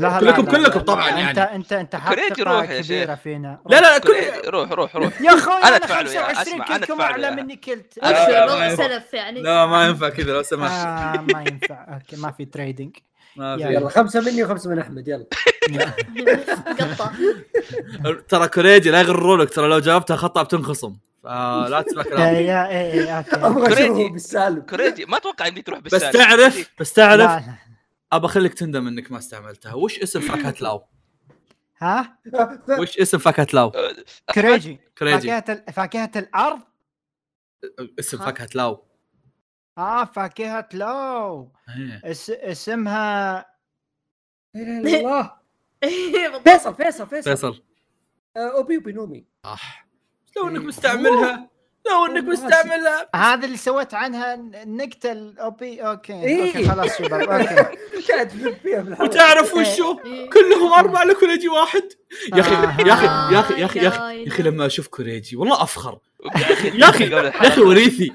S1: لا
S2: كلكم-
S1: لا، لا،
S2: كلكم
S1: لا.
S2: طبعاً
S1: انت
S2: يعني.
S1: انت انت حاط
S3: كريتي
S1: ثقة
S3: روح يا
S1: كبيرة
S3: شيخ.
S1: فينا
S2: لا لا لا كل
S3: إيه، روح روح روح
S1: يا اخوي
S3: أنا
S1: انا
S3: أدفع له يا-
S1: 25
S3: أسمع، أنا
S1: كلكم
S3: أدفع
S1: اعلى
S3: له يا-
S1: مني كلت
S2: لا، لا،
S5: أكشلي
S2: ما
S5: والله
S2: ينفع.
S5: سلف يعني
S2: لا ما ينفع كذا لو سمحت
S1: آه ما ينفع اوكي ما في تريدنج
S2: ما في.
S1: يلا.
S4: يلا خمسه مني وخمسه من احمد يلا
S5: قطه
S2: ترى كوريجي لا يغرونك ترى لو جاوبتها خطأ بتنخصم فلا تسمع كلام
S1: يا اي اوكي
S4: ابغى اشوفه
S3: كريدي.
S4: بالسالب
S3: كوريجي ما اتوقع انك تروح
S2: بس
S3: بالسالب
S2: تعرف بس تعرف
S1: لا، لا.
S2: ابى اخليك تندم انك ما استعملتها وش اسم فاكهه لاو؟
S1: ها
S2: وش اسم فاكهه لاو؟
S1: كريجي
S2: كريجي
S1: فاكهة ال- فاكهة الارض
S2: اسم فاكهه لاو
S1: اه فاكهه لو
S2: إيه.
S1: اس... اسمها
S4: لا إله إلا الله
S5: بالضبط
S4: فيصل فيصل فيصل
S2: فيصل
S4: آه، اوبي اوبي نومي
S2: صح لو انك مستعملها لو انك مستعملها
S1: هذا اللي سويت عنها النكته الاوبي اوكي
S4: إيه.
S1: اوكي خلاص شباب اوكي
S4: قاعد تلف فيها في الحلقه
S2: وتعرف وشو كلهم اربعه لكوريجي واحد يا اخي يا اخي يا اخي يا اخي يا اخي يا اخي لما اشوف كوريجي والله افخر يا أخي- يا اخي وريثي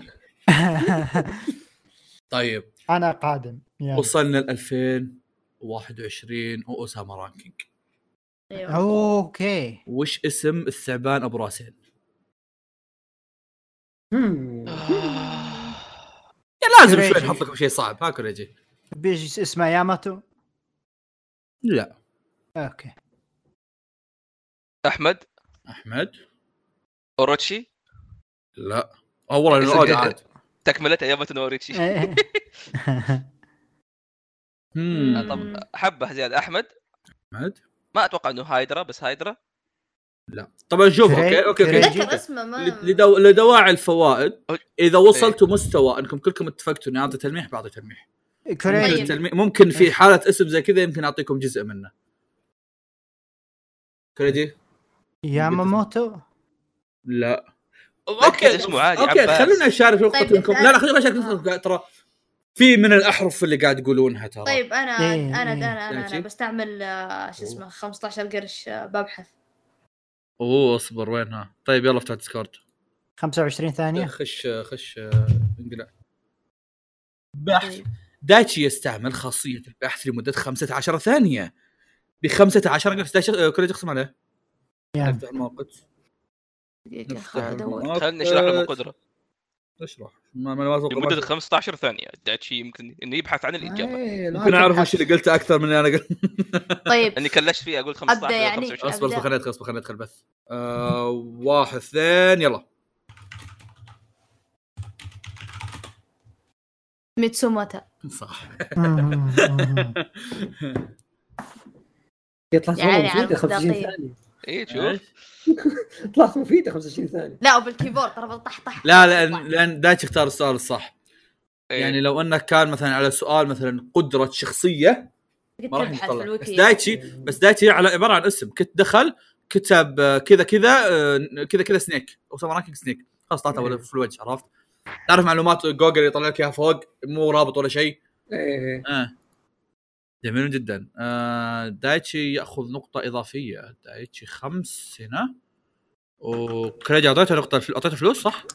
S2: طيب
S1: انا قادم يلا.
S2: وصلنا ل 2021 واسامه رانكينج
S5: أيوة.
S1: اوكي
S2: وش اسم الثعبان ابو راسين؟
S4: هم.
S3: آه.
S2: يا لازم شوي نحط لكم شيء صعب ها كوريجي
S1: بيش اسمه ياماتو
S2: لا
S1: اوكي
S3: احمد
S2: احمد
S3: اوروتشي
S2: لا اه والله
S3: اسم
S2: العود
S3: جد.
S2: عاد
S3: تكمله ايام اوروتشي
S1: إيه.
S2: هم.
S3: آه، طب حبه زياده احمد
S2: احمد
S3: ما اتوقع انه هايدرا بس هايدرا
S2: طبعا شوف
S1: كري-
S2: اوكي اوكي اوكي
S1: كريجي.
S5: اتذكر اسمه ما
S2: لد- لدو... لدواعي الفوائد اذا وصلتوا مستوى انكم كلكم اتفقتوا اني اعطي تلميح بعطي تلميح ممكن,
S1: كوريجي
S5: طيب.
S2: التلميح... ممكن في حاله اسم زي كذا يمكن اعطيكم جزء منه كريجي
S1: ياماموتو
S2: لا
S3: أكيد اسمه عادي،
S2: اوكي
S3: عباس.
S2: خلونا نشارك
S5: طيب، آه.
S2: نقطتكم لا لا خلونا نشارك نقطتكم ترى في من الاحرف اللي قاعد تقولونها ترى
S5: طيب انا
S1: إيه،
S5: انا
S1: إيه.
S5: انا انا,
S2: ماشي.
S5: أنا بستعمل آه، شو اسمه 15 قرش آه، ببحث
S2: اوه اصبر وينها طيب يلا افتح ديسكورد
S1: 25 ثانيه
S2: خش خش انقلع
S5: طيب.
S2: بحث دايتشي يستعمل خاصية البحث لمدة 15 ثانية ب 15 قرش دايتشي آه، كوريجي اقسم عليه
S1: يلا.
S2: نفتح الموقت
S5: دقيقة
S2: نفتح
S5: خل ادور
S2: الموقت.
S3: خلني اشرح لهم القدره
S2: اشرح ما ما ما أتوقع-
S3: لمده 15 ثانيه داتشي يمكن انه يبحث عن الاجابه
S1: إيه، لا
S2: ممكن اعرف
S1: تبحث.
S2: وش اللي قلته اكثر من اللي انا قلت
S5: طيب
S2: يعني
S3: اني كلشت فيه اقول 15
S5: أبدأ يعني؟
S3: 25.
S5: أبدأ.
S2: اصبر اصبر خليني ادخل اصبر خليني ادخل بث آه، واحد اثنين يلا
S5: ميتسوماتا
S2: صح
S4: هي طلعت
S5: يعني
S4: والله
S5: على
S4: مفيده 25
S5: المصداقية.
S4: ثانيه
S3: اي
S2: إيه،
S3: إيه، شوف
S4: طلعت مفيده 25 ثانيه
S5: لا وبالكيبورد ترى طح طح
S2: لا لان لان دايتشي اختار السؤال الصح
S3: إيه.
S2: يعني لو انك كان مثلا على سؤال مثلا قدرة شخصية ما راح
S5: تبحث في
S2: نطلع بس
S5: الويكي
S2: دايتشي بس دايتشي على عباره عن اسم كنت دخل كتب آه، كذا كذا آه، كذا كذا سنيك او سمر رانكينج سنيك خلاص طلعت أول في الوجه عرفت؟ تعرف معلومات جوجل يطلع لك اياها فوق مو رابط ولا شيء
S4: ايه
S2: آه. جميل جدا آه دايتشي ياخذ نقطه اضافيه دايتشي خمس هنا وكريجي اعطيته نقطه اعطيته فلوس صح؟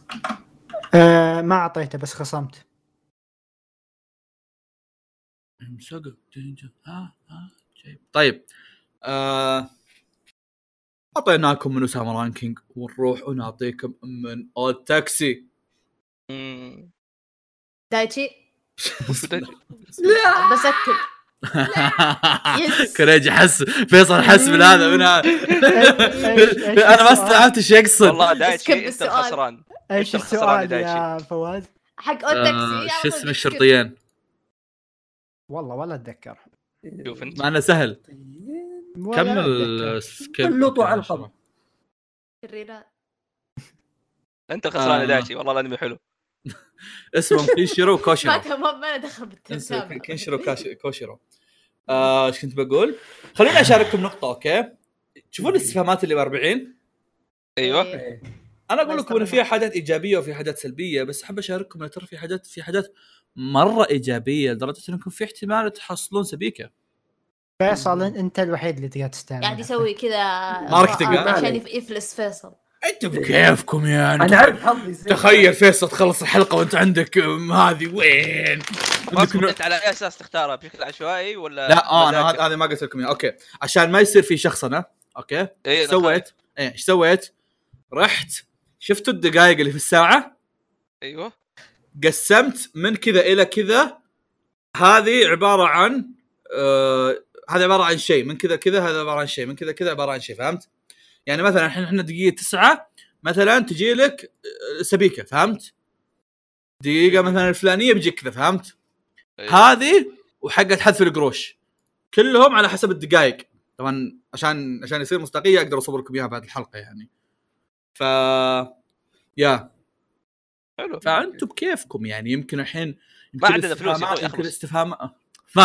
S1: آه، ما اعطيته بس خصمت
S2: امسكه جنجر. ها ها جيب. طيب آه، اعطيناكم من اسامه رانكينج ونروح ونعطيكم من اول تاكسي
S3: مم.
S5: دايتشي
S3: دايتشي.
S5: بسكر يس.
S2: كريجي حس فيصل حس من هذا من هذا
S1: إيش- إيش
S2: انا ما
S1: السؤال؟
S2: استوعبت ايش يقصد
S3: والله
S5: سكيب
S3: دايتشي انت
S5: السؤال.
S3: الخسران
S1: ايش
S3: إيش الخسارة
S1: السؤال
S3: اللي
S1: يا فواز؟
S5: حق اون
S2: آه،
S5: تاكسي
S2: شو اسم الشرطيين
S1: والله ولا اتذكر
S3: شوف انت
S2: معنا سهل
S4: طيب.
S1: ولا أتذكر.
S2: كمل سكيب
S4: خلطوا على الخبر.
S3: انت الخسران
S2: آه.
S3: يا دايتشي والله الانمي حلو
S2: اسمهم كينشيرو
S5: ما
S2: وكوشيرو
S5: كان- ما ما له دخل
S2: انسى
S5: بالترجمة
S2: كن- كنشرو كاش- كوشيرو آه، ايش كنت بقول؟ خلوني اشارككم نقطة اوكي؟ تشوفون الاستفهامات اللي ب 40
S3: ايوه
S5: إيه.
S2: انا اقول لكم ان
S5: يستمر.
S2: في حاجات ايجابية وفي حاجات سلبية بس احب اشارككم ان ترى في حاجات في حاجات مرة ايجابية لدرجة انكم في احتمال تحصلون سبيكة
S1: فيصل انت الوحيد اللي تقدر تستعمل
S5: قاعد يسوي كذا
S2: ماركتينج.
S5: آه، عشان يف- يفلس فيصل
S2: انتم بكيفكم يا
S4: انا عارف حظي زين.
S2: تخيل فيصل تخلص الحلقة وانت عندك أم، هذه وين؟ عندكم
S3: انت على اي اساس تختارها بشكل عشوائي ولا
S2: لا آه، انا
S3: مزاجك؟
S2: هذا- هذه ما قلت لكم اياها اوكي عشان ما يصير في شخصنة اوكي؟
S3: إيه،
S2: ايش
S3: أنا خايف.
S2: سويت؟ ايه ايش سويت؟ رحت شفتوا الدقائق اللي في الساعه
S3: ايوه
S2: قسمت من كذا الى كذا هذه عباره عن آه هذا عباره عن شيء من كذا كذا هذا عباره عن شيء من كذا كذا عباره عن شيء فهمت؟ يعني مثلا الحين احنا دقيقه تسعة مثلا تجي لك آه، سبيكه فهمت؟ دقيقه مثلا الفلانيه بيجيك كذا فهمت؟
S3: أيوة.
S2: هذه وحقت حذف القروش كلهم على حسب الدقائق طبعا عشان عشان يصير مصداقيه اقدر اصور لكم اياها بعد الحلقه يعني ف يا
S3: حلو
S2: فانتم بكيفكم يعني يمكن الحين يمكن
S3: ما عندنا فلوس يا
S2: الاستفهامات-
S3: أخوي،
S2: يمكن
S3: أخلص.
S2: الاستفهام ف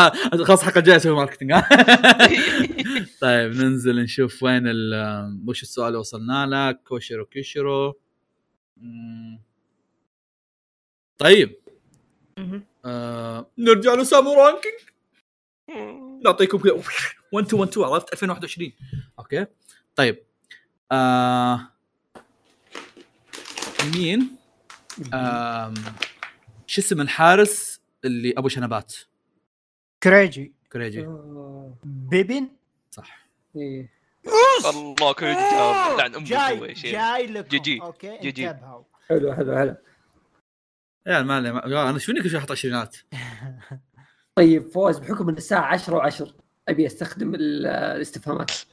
S2: خلاص الحلقه الجايه اسوي ماركتنج طيب ننزل نشوف وين ال وش السؤال اللي وصلنا له كوشيرو كيشيرو مم. طيب
S5: مهم.
S2: آه نرجع لساموراي كينج نعطيكم كذا 1 2 1 2 عرفت 2021 اوكي طيب آه مين آم، شو اسم الحارس اللي ابو شنبات
S1: كريجي
S2: كريجي
S4: آه،
S1: بيبن
S2: صح
S4: إيه.
S3: الله كل جواب لعن امك
S1: إيه. جاي
S3: سوي شيء
S1: جاي لكم
S3: جي جي.
S1: اوكي
S3: جي جي.
S1: انتبهوا
S4: حلو حلو حلو
S2: يا إيه، ما عليه، ما- يا انا شو انك شحط عشرينات
S4: طيب فوز بحكم ان الساعه 10 و10 ابي استخدم ال- الاستفهامات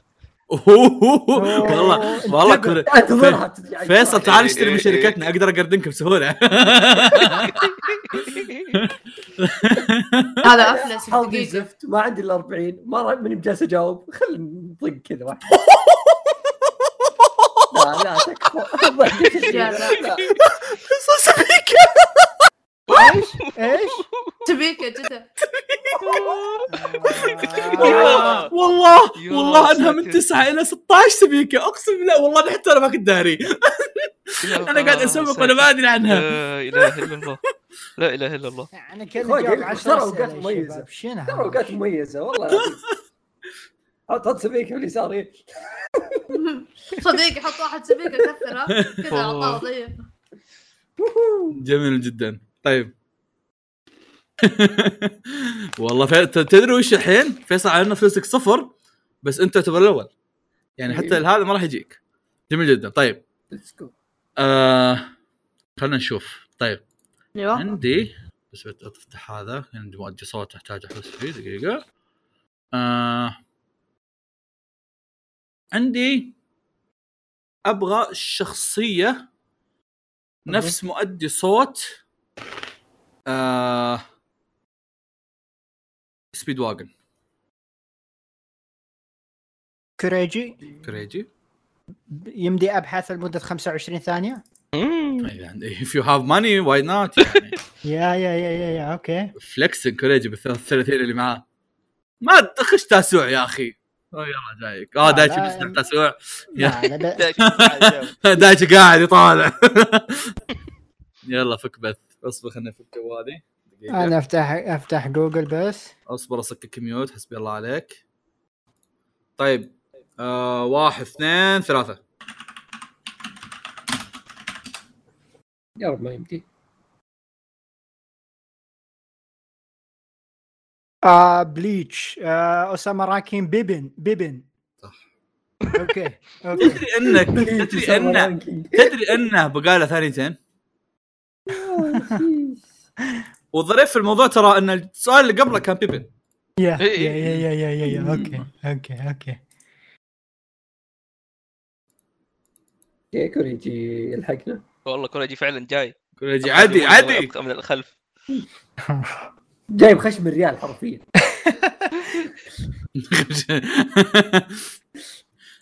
S2: أوه، والله والله كوري-
S4: انتظرها ترجع.
S2: فيصل تعال
S3: إيه،
S2: اشتري من شركتنا اقدر اقردنك بسهوله
S5: هذا افلس
S4: حظي
S5: دقيقه
S4: زفت ما عندي الا 40 ما رأ- ماني بجالس اجاوب خلينا نطق كذا واحد لا لا تكفى ضحكت الشيء. لا.
S1: ايش ايش
S5: تبيكه جدا
S1: آه.
S3: والله.
S2: والله
S3: يا
S2: والله انها من
S3: ساتر.
S2: 9 الى 16 سبيكه اقسم بالله والله أنا حتى انا ما كنت داري انا قاعد اسوق وانا ما ادري عنها
S3: لا اله الا الله لا اله الا الله
S1: يعني كان
S4: خوي،
S1: جاوب
S4: قلت
S1: 10
S4: ترى أوقات
S1: اوقات
S4: مميزة.
S1: مميزه شنو
S4: ترى
S1: هذا؟
S4: اوقات مميزه والله العظيم. حط حط سبيكه باليسار إيه.
S5: صديقي حط واحد سبيكه كثر ها؟ كذا أيوه.
S3: أوه.
S5: عطاه ضيق
S2: جميل جدا طيب والله في... ت- تدري وش الحين فيصل على فلوسك صفر بس انت تعتبر الاول يعني حتى هذا ما راح يجيك جميل جدا طيب
S4: Let's go.
S2: آه... خلينا نشوف طيب
S1: أيوه.
S5: ايوه
S2: عندي بس بت- افتح هذا عندي مؤدي صوت احتاج احس فيه دقيقه آه. عندي ابغى شخصيه نفس مؤدي صوت آه. سبيد واجن
S1: كريجي
S2: كريجي
S1: يمدي ابحث لمده 25 ثانيه
S2: يعني if you have money why not يعني
S1: يا يا يا يا, يا اوكي
S2: فليكس كريجي بالثلاثين اللي معاه ما تخش تاسوع يا اخي أوه، يلا جايك اه
S1: لا،
S2: دايتشي
S1: لا،
S2: بيسمع تاسوع
S1: لا، لا، لا.
S2: دايتش قاعد يطالع يلا فك بث اصبر خليني افك جوالي دقيقة.
S1: انا افتح افتح جوجل بس
S2: اصبر اسكك ميوت حسبي الله عليك طيب آه واحد اثنين ثلاثة
S4: يا رب ما يمدي
S1: آه بليتش آه اسامه راكين بيبن بيبن
S2: صح.
S1: اوكي اوكي
S2: تدري انك تدري انه تدري انه بقاله ثانيتين والظريف في الموضوع ترى ان السؤال اللي قبله كان بيبن
S1: يا يا
S3: إي،
S1: يا
S3: إي.
S1: يا يا يا- يا اوكي اوكي اوكي
S4: يا كوريجي الحقنا
S3: والله كوريجي فعلا جاي
S2: كوريجي عدي عدي
S3: من الخلف
S4: جايب خشم الريال حرفيا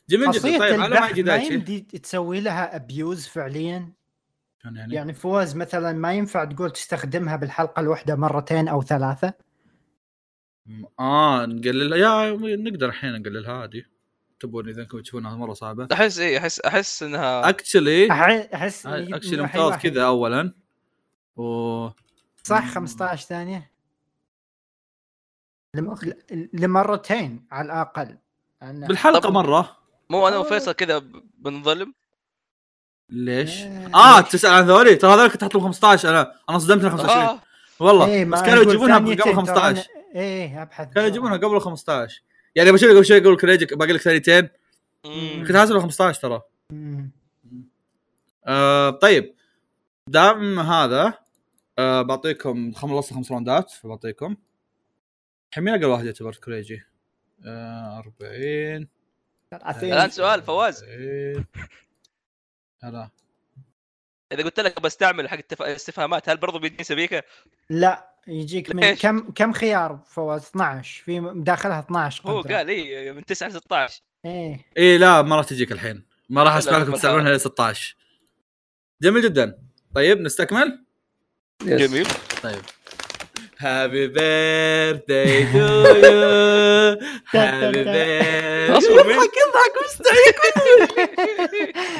S2: جميل جدا
S1: خاصية
S2: طيب على ما نعم.
S1: البحث
S2: يجي
S1: ما
S2: دايتشي
S1: يمدي تسوي لها ابيوز فعليا
S2: شلون يعني
S1: يعني فوز مثلا ما ينفع تقول تستخدمها بالحلقة الواحدة مرتين او ثلاثة
S2: اه نقللها يا نقدر الحين نقللها عادي تبون اذا كنتم تشوفونها مره صعبه
S3: احس ايه احس احس انها
S2: اكشلي
S1: أح- احس يجيب
S2: اكشلي
S1: من واحد
S2: آه، ممتاز
S1: واحد.
S2: كذا اولا و
S1: صح
S2: مم.
S1: 15 ثانية لم-
S4: أخي.
S1: ل- لمرتين على الاقل أنا-
S2: بالحلقه
S3: طب-
S2: مره
S3: مو انا وفيصل كذا ب- بنظلم
S2: ليش؟
S1: آه،
S2: اه تسال عن ذولي ترى هذول كنت حاطهم 15 انا انا صدمت إنها 25
S3: اه
S2: والله
S1: إيه، ما
S2: بس كانوا
S1: أقول
S2: يجيبونها
S1: ثانيتين، ترى
S2: قبل 15
S1: أنا- ايه ابحث
S2: كانوا يجيبونها قبل 15 يعني بشوف قبل شوي قبل كريجك باقي لك ثانيتين
S3: مم.
S2: كنت حاسبها 15 ترى
S1: مم.
S2: آه طيب دام هذا آه بعطيكم خلصت خمس راوندات فبعطيكم الحين مين اقل واحد يعتبر كريجي؟ آه 40
S3: الان طيب. سؤال فواز
S2: 40. هلا
S3: اذا قلت لك بستعمل حق التف- الاستفهامات هل برضو بيديني سبيكه؟
S1: لا يجيك من
S3: ليش؟
S1: كم كم خيار فواز 12 في مداخلها 12
S3: هو
S1: قدرة.
S3: قال اي من 9 ل 16
S1: ايه
S2: اي لا ما راح تجيك الحين ما راح
S3: لا،
S2: اسمع لكم
S3: بالحلقة.
S2: تسالونها ل 16 جميل جدا طيب نستكمل
S4: يس.
S3: جميل
S2: طيب هابي بيرثداي تو يو هابي بيرثداي
S1: اضحك مستحيل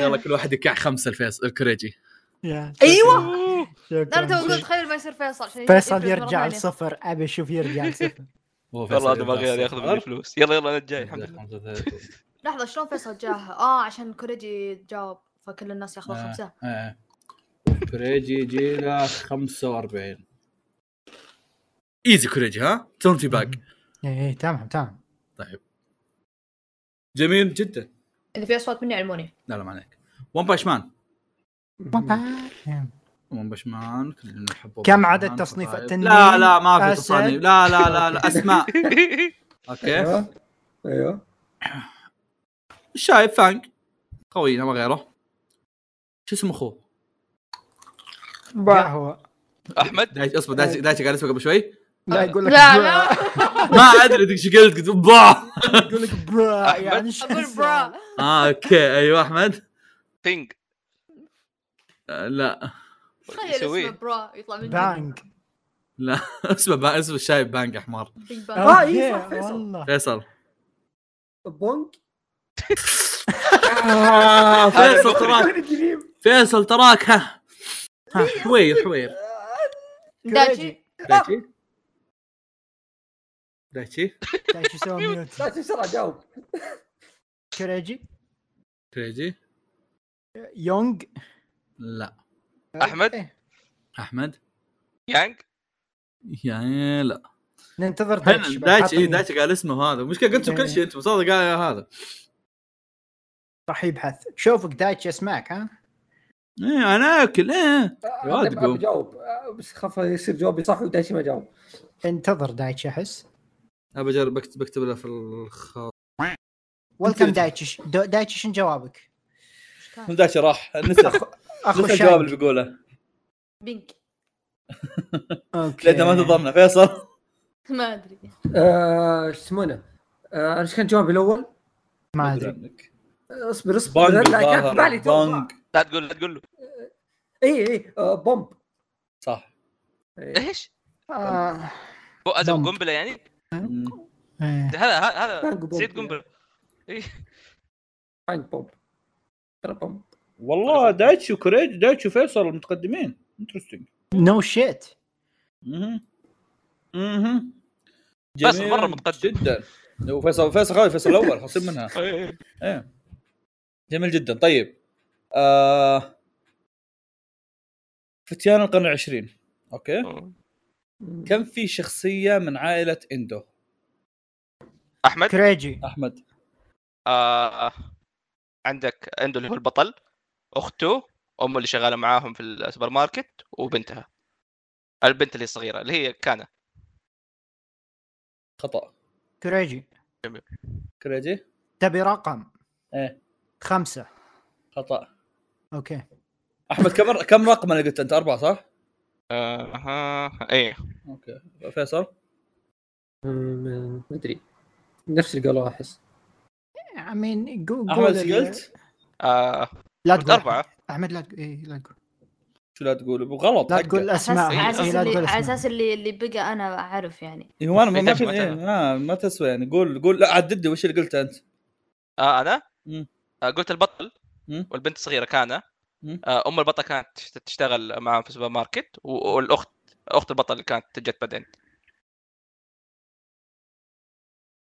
S2: يلا كل واحد يكع خمسه الفيصل الكريجي
S1: ايوه
S5: انا تو اقول تخيل ما يصير فيصل عشان
S1: فيصل
S5: يفرز مرة
S1: يرجع
S5: ثانية.
S1: لصفر ابي اشوف يرجع لصفر
S3: والله انا باغي ياخذ مني فلوس يلا يلا انا جاي الحمد لله
S5: لحظه شلون فيصل جاه؟ اه عشان كوريجي جاوب فكل الناس ياخذوا
S2: آه.
S5: خمسه
S2: كريجي جيله 45 ايزي كريجي ها تونتي باك
S1: اي إيه، تمام تمام
S2: طيب جميل جدا
S5: اذا في اصوات مني علموني
S2: لا لا ما عليك ون باش مان
S1: مم.
S2: ون باش مان كلنا نحب One
S1: كم
S2: Punch
S1: عدد
S2: Man.
S1: تصنيف
S2: طيب.
S1: التنين؟
S2: لا لا ما في
S1: أسد.
S2: تصانيف لا لا لا, لا اسماء اوكي
S1: أيوة.
S4: ايوه ايوه
S2: شايف فانج قوي ما غيره شو اسمه اخوه؟
S1: لا هو أه،
S3: احمد
S2: دايتش اصبر دايتش
S1: أيوة.
S2: دايتش قال اسمه قبل شوي
S1: لا يقول لك
S5: لا
S1: برا.
S5: لا
S2: ما ادري دق شو قلت قلت با.
S1: يقول لك برا
S3: أحمد.
S1: يعني شو
S5: اقول
S1: اسمه؟
S5: برا
S2: اه اوكي ايوه احمد
S3: بينج
S2: آه، لا
S5: تخيل اسمه
S3: يسويه
S5: برا يطلع من
S1: بانك
S2: لا اسمه با... اسمه الشايب بانج حمار
S5: بيج
S4: آه.
S5: بانج
S4: إيه،
S1: أوكي،
S4: صح، فيصل.
S1: والله
S2: فيصل
S4: بونك
S2: آه، فيصل تراك
S4: وين القريب؟
S2: فيصل تراك ها ها، حوير حوير
S5: دايتشي
S4: آه.
S2: دايتشي دايتشي
S1: تعرف شو سوى ميوت
S4: لا شوف بسرعه جاوب
S1: كريجي
S2: كريجي
S1: يونغ إيه،
S2: لا
S3: احمد
S2: احمد
S3: يانج
S2: يا يعني لا
S1: ننتظر دايتش
S2: هنا
S1: بعد.
S2: دايتش
S1: عطني
S2: اي دايتش قال اسمه هذا مشكله قلت
S4: إيه.
S2: كل شيء انتم صادق قال هذا
S1: راح يبحث شوفك دايتش اسمعك ها
S2: ايه انا اكل ايه
S4: آه،
S2: يا
S4: أنا
S2: تقوم.
S4: بجاوب آه، بس خاف يصير جوابي صح ودايتشي ما جاوب
S1: انتظر دايتش احس
S2: ابى اجرب أكت- بكتب له في الخط
S1: ويلكم دايتش دو- دايتش شنو جوابك؟
S5: إيش كان؟
S2: دايتش راح نسى
S1: اخو
S2: نسى الجواب
S1: الشاي
S2: اللي بيقوله
S5: بينك
S1: اوكي
S2: لانه ما تضمنا فيصل
S5: ما ادري
S4: آه، ايش يسمونه؟ آه، انا ايش كان جوابي الاول؟
S1: ما ادري
S4: آه، اصبر اصبر
S2: بانج
S4: لا كان في بالي
S2: الظاهر.
S4: تو.
S2: بانج
S3: لا تقول لا تقول له
S4: اي اي آه، بومب
S2: صح
S4: إي.
S3: ايش؟
S1: آه،
S3: هو هذا
S1: بنك.
S3: قنبله يعني؟
S1: إيه.
S3: هذا هذا هذا
S4: بنك وبنك
S3: سيد
S4: يعني.
S3: قنبله
S4: بانج بومب ترى بومب
S2: والله دايتش وكوريج دايتش وفيصل متقدمين انترستنج
S1: نو شيت
S2: اها اها
S3: فيصل
S2: جميل
S3: مرة متقدم.
S2: جدا وفيصل فيصل خالد فيصل الاول حصيب منها
S3: إيه.
S2: ايه جميل جدا طيب آه... فتيان القرن العشرين اوكي كم في شخصيه من عائله اندو
S3: احمد
S1: كريجي
S2: احمد
S3: آه عندك عنده اللي هو البطل اخته امه اللي شغاله معاهم في السوبر ماركت وبنتها البنت اللي الصغيره اللي هي كانا
S2: خطا
S1: كريجي
S2: كريجي
S1: تبي رقم
S2: ايه
S1: خمسة
S2: خطا
S1: اوكي
S2: احمد كم كم رقم اللي قلت انت اربعه صح؟
S3: آه ها ايه
S2: اوكي فيصل
S4: ما ادري نفس اللي قالوه احس
S1: امين قول
S2: احمد ايش قلت؟
S3: آه
S1: لا
S3: قلت
S1: تقول
S3: اربعه
S1: احمد لا تقول إيه، لا تقول
S2: شو لا تقول غلط
S1: لا تقول اسماء
S3: إيه،
S5: على اساس
S1: إيه، لا
S5: اللي
S1: تقول
S5: على
S1: أسماء.
S5: اساس اللي اللي بقى انا اعرف يعني
S2: هو انا ما ما,
S3: يحتاج
S2: في-
S3: معترف.
S2: إيه، ما ما تسوى يعني قول قول لا عدد لي وش اللي قلته انت؟
S3: آه انا
S2: مم.
S3: آه قلت البطل
S2: مم.
S3: والبنت الصغيره كانا
S2: مم.
S3: آه ام البطل كانت تشت- تشتغل معاهم في السوبر ماركت و- والاخت اخت البطل اللي كانت جت بعدين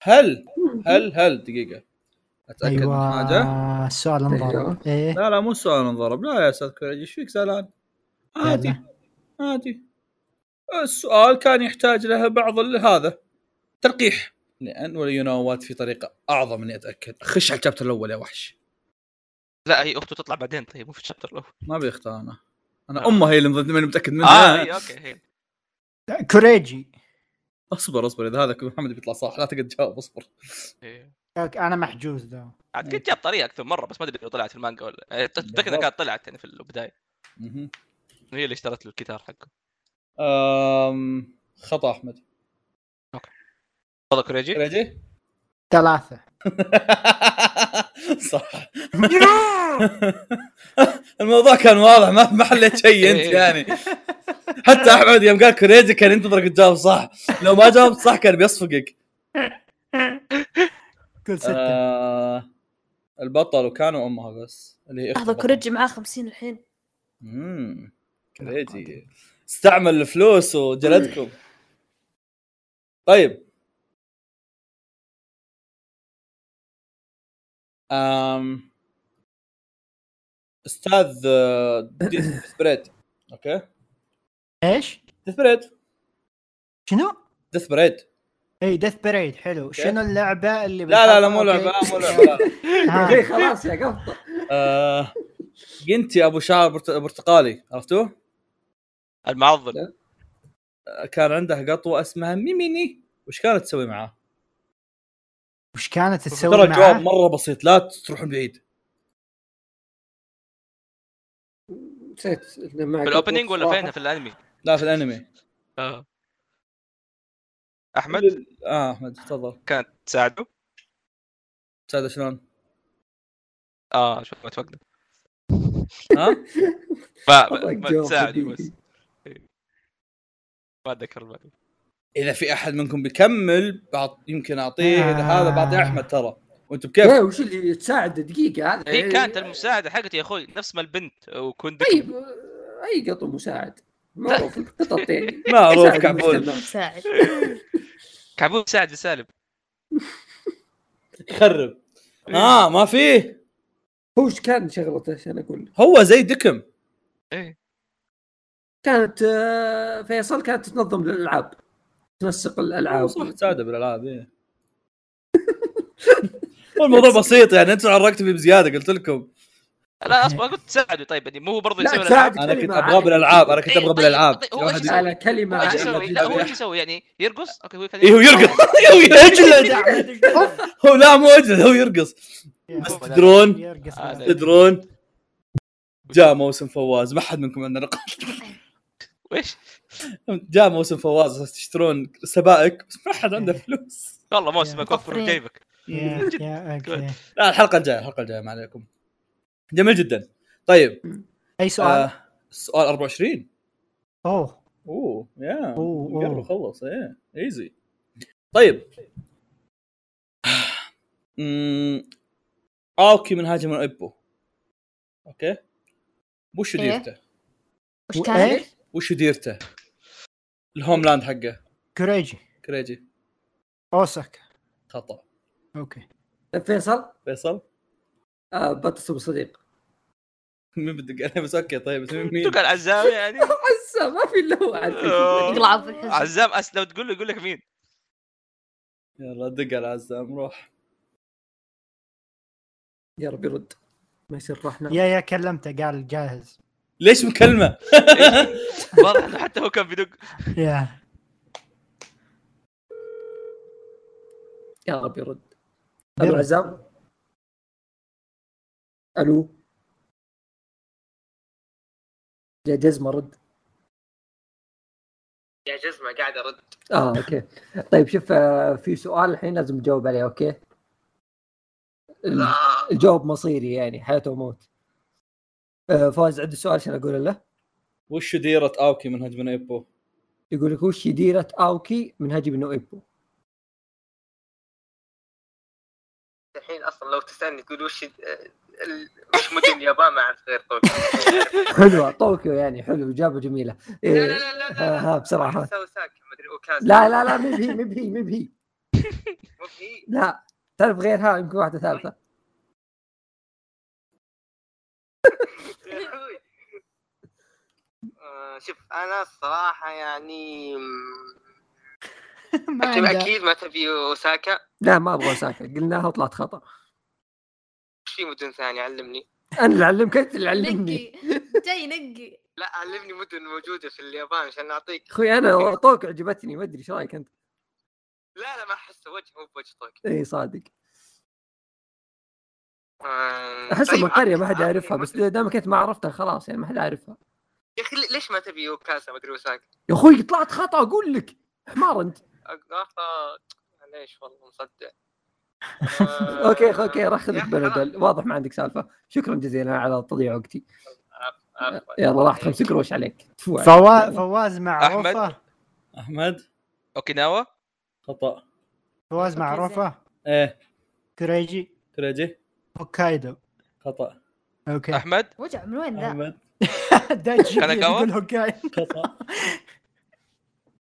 S2: هل هل هل دقيقه اتاكد من حاجه
S1: ايوه السؤال
S2: أيوة.
S1: انظر
S4: أيوه.
S1: ايه
S2: لا لا مو سؤال انضرب لا يا استاذ كوريجي ايش فيك زعلان؟ عادي
S1: يلا.
S2: عادي السؤال كان يحتاج له بعض ال- هذا تلقيح لان يو نو وات في طريقه اعظم اني اتاكد خش على الشابتر الاول يا وحش
S3: لا هي اخته تطلع بعدين طيب مو في الشابتر الاول
S2: ما بيختار انا انا
S3: آه.
S2: امه هي اللي مض- ماني متاكد
S3: اه
S2: منها
S3: اي اوكي هي.
S1: كوريجي
S2: اصبر اصبر اذا هذا محمد بيطلع صح لا تقعد تجاوب اصبر
S3: إيه.
S1: أوكي، انا محجوز ذا
S3: عاد
S2: إيه.
S3: كنت جاب طريقه اكثر مره بس ما ادري لو طلعت في المانجا ولا آه، اتذكر انها كانت طلعت يعني في البدايه
S2: مهم.
S3: هي اللي اشترت له الكتار حقه
S2: أم... خطا احمد
S3: تفضل كوريجي
S2: كوريجي
S1: ثلاثة
S2: صح الموضوع كان واضح ما ما حليت شيء انت يعني حتى احمد يوم قال كريزي كان ينتظرك تجاوب صح لو ما جاوبت صح كان بيصفقك
S1: كل ستة
S2: آه البطل وكان وامها بس اللي هي أخت
S5: لحظه
S2: البطل.
S5: كوريجي معاه 50 الحين
S2: مم. كريجي استعمل الفلوس وجلدكم طيب أم... استاذ آه، ديث بريد اوكي
S1: ايش؟
S2: ديث بريد
S1: شنو؟
S2: ديث بريد
S1: اي ديث بريد حلو شنو اللعبه اللي
S2: لا لا لا مو
S1: بنحطها؟
S2: لعبه لا، مو لعبه لا، لا.
S1: ها.
S4: إيه، خلاص يا قفطه
S2: آه، جنتي ابو شعر برت- برتقالي عرفتوه؟
S3: المعضل
S2: آه، كان عنده قطوه اسمها ميميني وش كانت تسوي معاه؟
S1: وش كانت
S2: ترى
S1: تسوي
S2: الجواب
S1: معاه؟
S2: مره بسيط لا تروحون بعيد
S4: نسيت إنه معك
S3: في الاوبننج ولا
S4: صراحة.
S3: فين في الانمي؟
S2: لا في الانمي
S3: آه. احمد
S2: اه احمد تفضل
S3: كانت تساعده
S2: سعد شلون؟
S3: اه شوف ما توقف
S2: ها؟
S3: ما-
S4: والله
S3: ما-
S4: جواب
S3: ما تساعده
S4: حبيبي.
S3: بس إيه. ما اتذكر الباقي
S2: اذا في احد منكم بيكمل بعط يمكن اعطيه اذا
S1: آه.
S2: هذا بعطيه احمد ترى وانتم كيف؟
S4: إيه، وش اللي تساعد دقيقه هذا إيه،
S3: هي كانت المساعده حقتي يا اخوي نفس ما البنت وكنت
S4: طيب آه، اي قطو مساعد معروف القطط يعني
S2: معروف
S4: يساعد
S2: كعبول
S1: نعم.
S4: المجتمع.
S5: مساعد
S3: كعبوب ساعد بسالب
S2: يخرب اه ما فيه
S4: هو ايش كان شغلته عشان اقول لك؟
S2: هو زي دكم
S4: كانت آه، فيصل كانت تنظم الالعاب تنسق الالعاب
S2: صح ساده بالالعاب إيه. هو الموضوع بسيط يعني انتم عرقتوا فيه بزياده قلت لكم
S3: لا اصبر أنا قلت تساعده طيب يعني مو هو برضه
S4: لا،
S3: يسوي
S4: تساعد.
S3: الالعاب
S2: انا كنت
S4: كلمة
S2: ابغاه
S4: عادي.
S2: بالالعاب انا كنت
S3: إيه،
S2: ابغاه
S3: طيب،
S2: بالالعاب
S3: طيب، هو
S2: يروح
S3: إيش
S2: يدق-
S4: على
S3: هو
S4: كلمه
S3: ايش
S2: عادي.
S3: يسوي؟ لا هو ايش يسوي يعني يرقص اوكي هو كان
S2: إيه، هو يرقص هو يرقص هو لا مو أجل، هو يرقص
S3: بس
S2: تدرون-
S1: يرقص
S2: إيه.
S3: آه،
S1: معاه.
S2: تدرون جاء موسم فواز ما حد منكم عنده نقاط
S3: ويش؟
S2: جاء موسم فواز عشان تشترون سبائك بس ما حد
S1: إيه.
S2: عنده فلوس
S3: والله موسمك وفر
S5: طفرين.
S3: جيبك
S1: يا- يا أوكي.
S2: لا الحلقه الجايه الحلقه الجايه ما عليكم جميل جدا طيب
S1: اي سؤال؟
S2: آه سؤال 24
S1: اوه
S2: اوه يا
S1: أوه،
S2: قرب
S1: أوه.
S2: خلص ايه ايزي طيب أمم، اوكي من هاجم ايبو اوكي وش
S5: إيه؟
S2: ديرته؟
S5: وش كان؟
S1: إيه؟
S2: وش ديرته؟ الهوملاند حقه
S1: كوريجي
S2: كريجي
S1: اوساكا
S2: خطا
S1: اوكي
S4: أه، فيصل
S2: فيصل
S4: آه، بطس ابو صديق
S2: مين بدق عليه بس اوكي طيب بس مين مين
S3: تلقى العزام يعني
S4: عسى ما في الا هو عاد
S5: يقلع ابو الحزن
S3: عزام أس لو تقول له يقول لك مين
S2: يلا دق على عزام روح
S4: يا رب يرد ما يصير رحنا
S1: يا يا كلمته قال جاهز
S2: ليش مكلمه؟
S3: واضح انه حتى هو كان بيدق
S1: يا
S4: يا رب يرد الو
S1: يرد.
S4: عزام الو يا جزمه رد
S7: يا جزمه قاعد ارد
S4: اه اوكي طيب شوف آه، في سؤال الحين لازم نجاوب عليه اوكي
S7: لا.
S4: الجواب مصيري يعني حياه وموت آه، فواز عنده سؤال عشان اقول له
S2: وش ديرة اوكي من هجم ايبو؟
S4: يقول لك وش ديرة اوكي من هجم بن ايبو
S7: الحين اصلا لو تسالني تقول وش آه، ال- وش مدن اليابان ما اعرف غير طوكيو
S4: حلوه طوكيو يعني حلو اجابه جميله إيه،
S7: لا لا لا لا
S4: ها- ها، بسرعة، ها.
S7: ساوساكي ما ادري اوكازا
S4: لا لا لا مبهي مبهي مبهي
S7: مو هي
S4: لا تعرف غيرها يمكن واحده ثالثه
S7: طيب. يا أخوي. آه، شوف انا الصراحه يعني م-
S1: ما
S7: اكيد
S1: عنده.
S7: اكيد ما تبي اوساكا
S4: لا ما ابغى ساكت قلناها وطلعت خطا
S7: وش في مدن ثانيه علمني
S4: انا اللي علمك انت اللي علمني
S5: نقي جاي نقي
S7: لا علمني مدن موجوده في اليابان عشان اعطيك
S4: اخوي انا طوكيو عجبتني ما ادري ايش رايك انت
S7: لا لا ما احس وجه مو بوجه طوكيو
S4: اي إيه، صادق
S7: آه،
S4: احس
S7: طيب،
S4: من قريه ما حد
S7: أعطني
S4: يعرفها بس
S7: مدن.
S4: دامك انت ما عرفتها خلاص يعني ما حد يعرفها
S7: يا اخي ليش ما تبي اوكازا ما ادري اوساكا
S4: يا اخوي طلعت خطا اقول لك حمار انت
S7: أق- آه، معليش والله مصدع آه،
S4: اوكي اوكي راح
S7: يا
S4: اخذك
S7: أخي
S4: بنادل واضح ما عندك سالفه شكرا جزيلا على تضييع وقتي
S7: خلاص. عفواً.
S4: يلا راح 50 قروش عليك تفو عليك.
S1: فوا... فواز
S3: أحمد.
S1: معروفه
S2: احمد
S3: اوكيناوا
S2: خطا
S1: فواز
S5: أوكي،
S1: معروفه
S2: ايه
S1: كريجي
S2: كريجي
S1: هوكايدو
S2: خطا
S1: اوكي
S3: احمد
S5: وجع من وين ذا؟
S2: احمد
S1: دايتشي
S3: كاناكاوا؟
S1: يقول هوكايدو
S2: خطا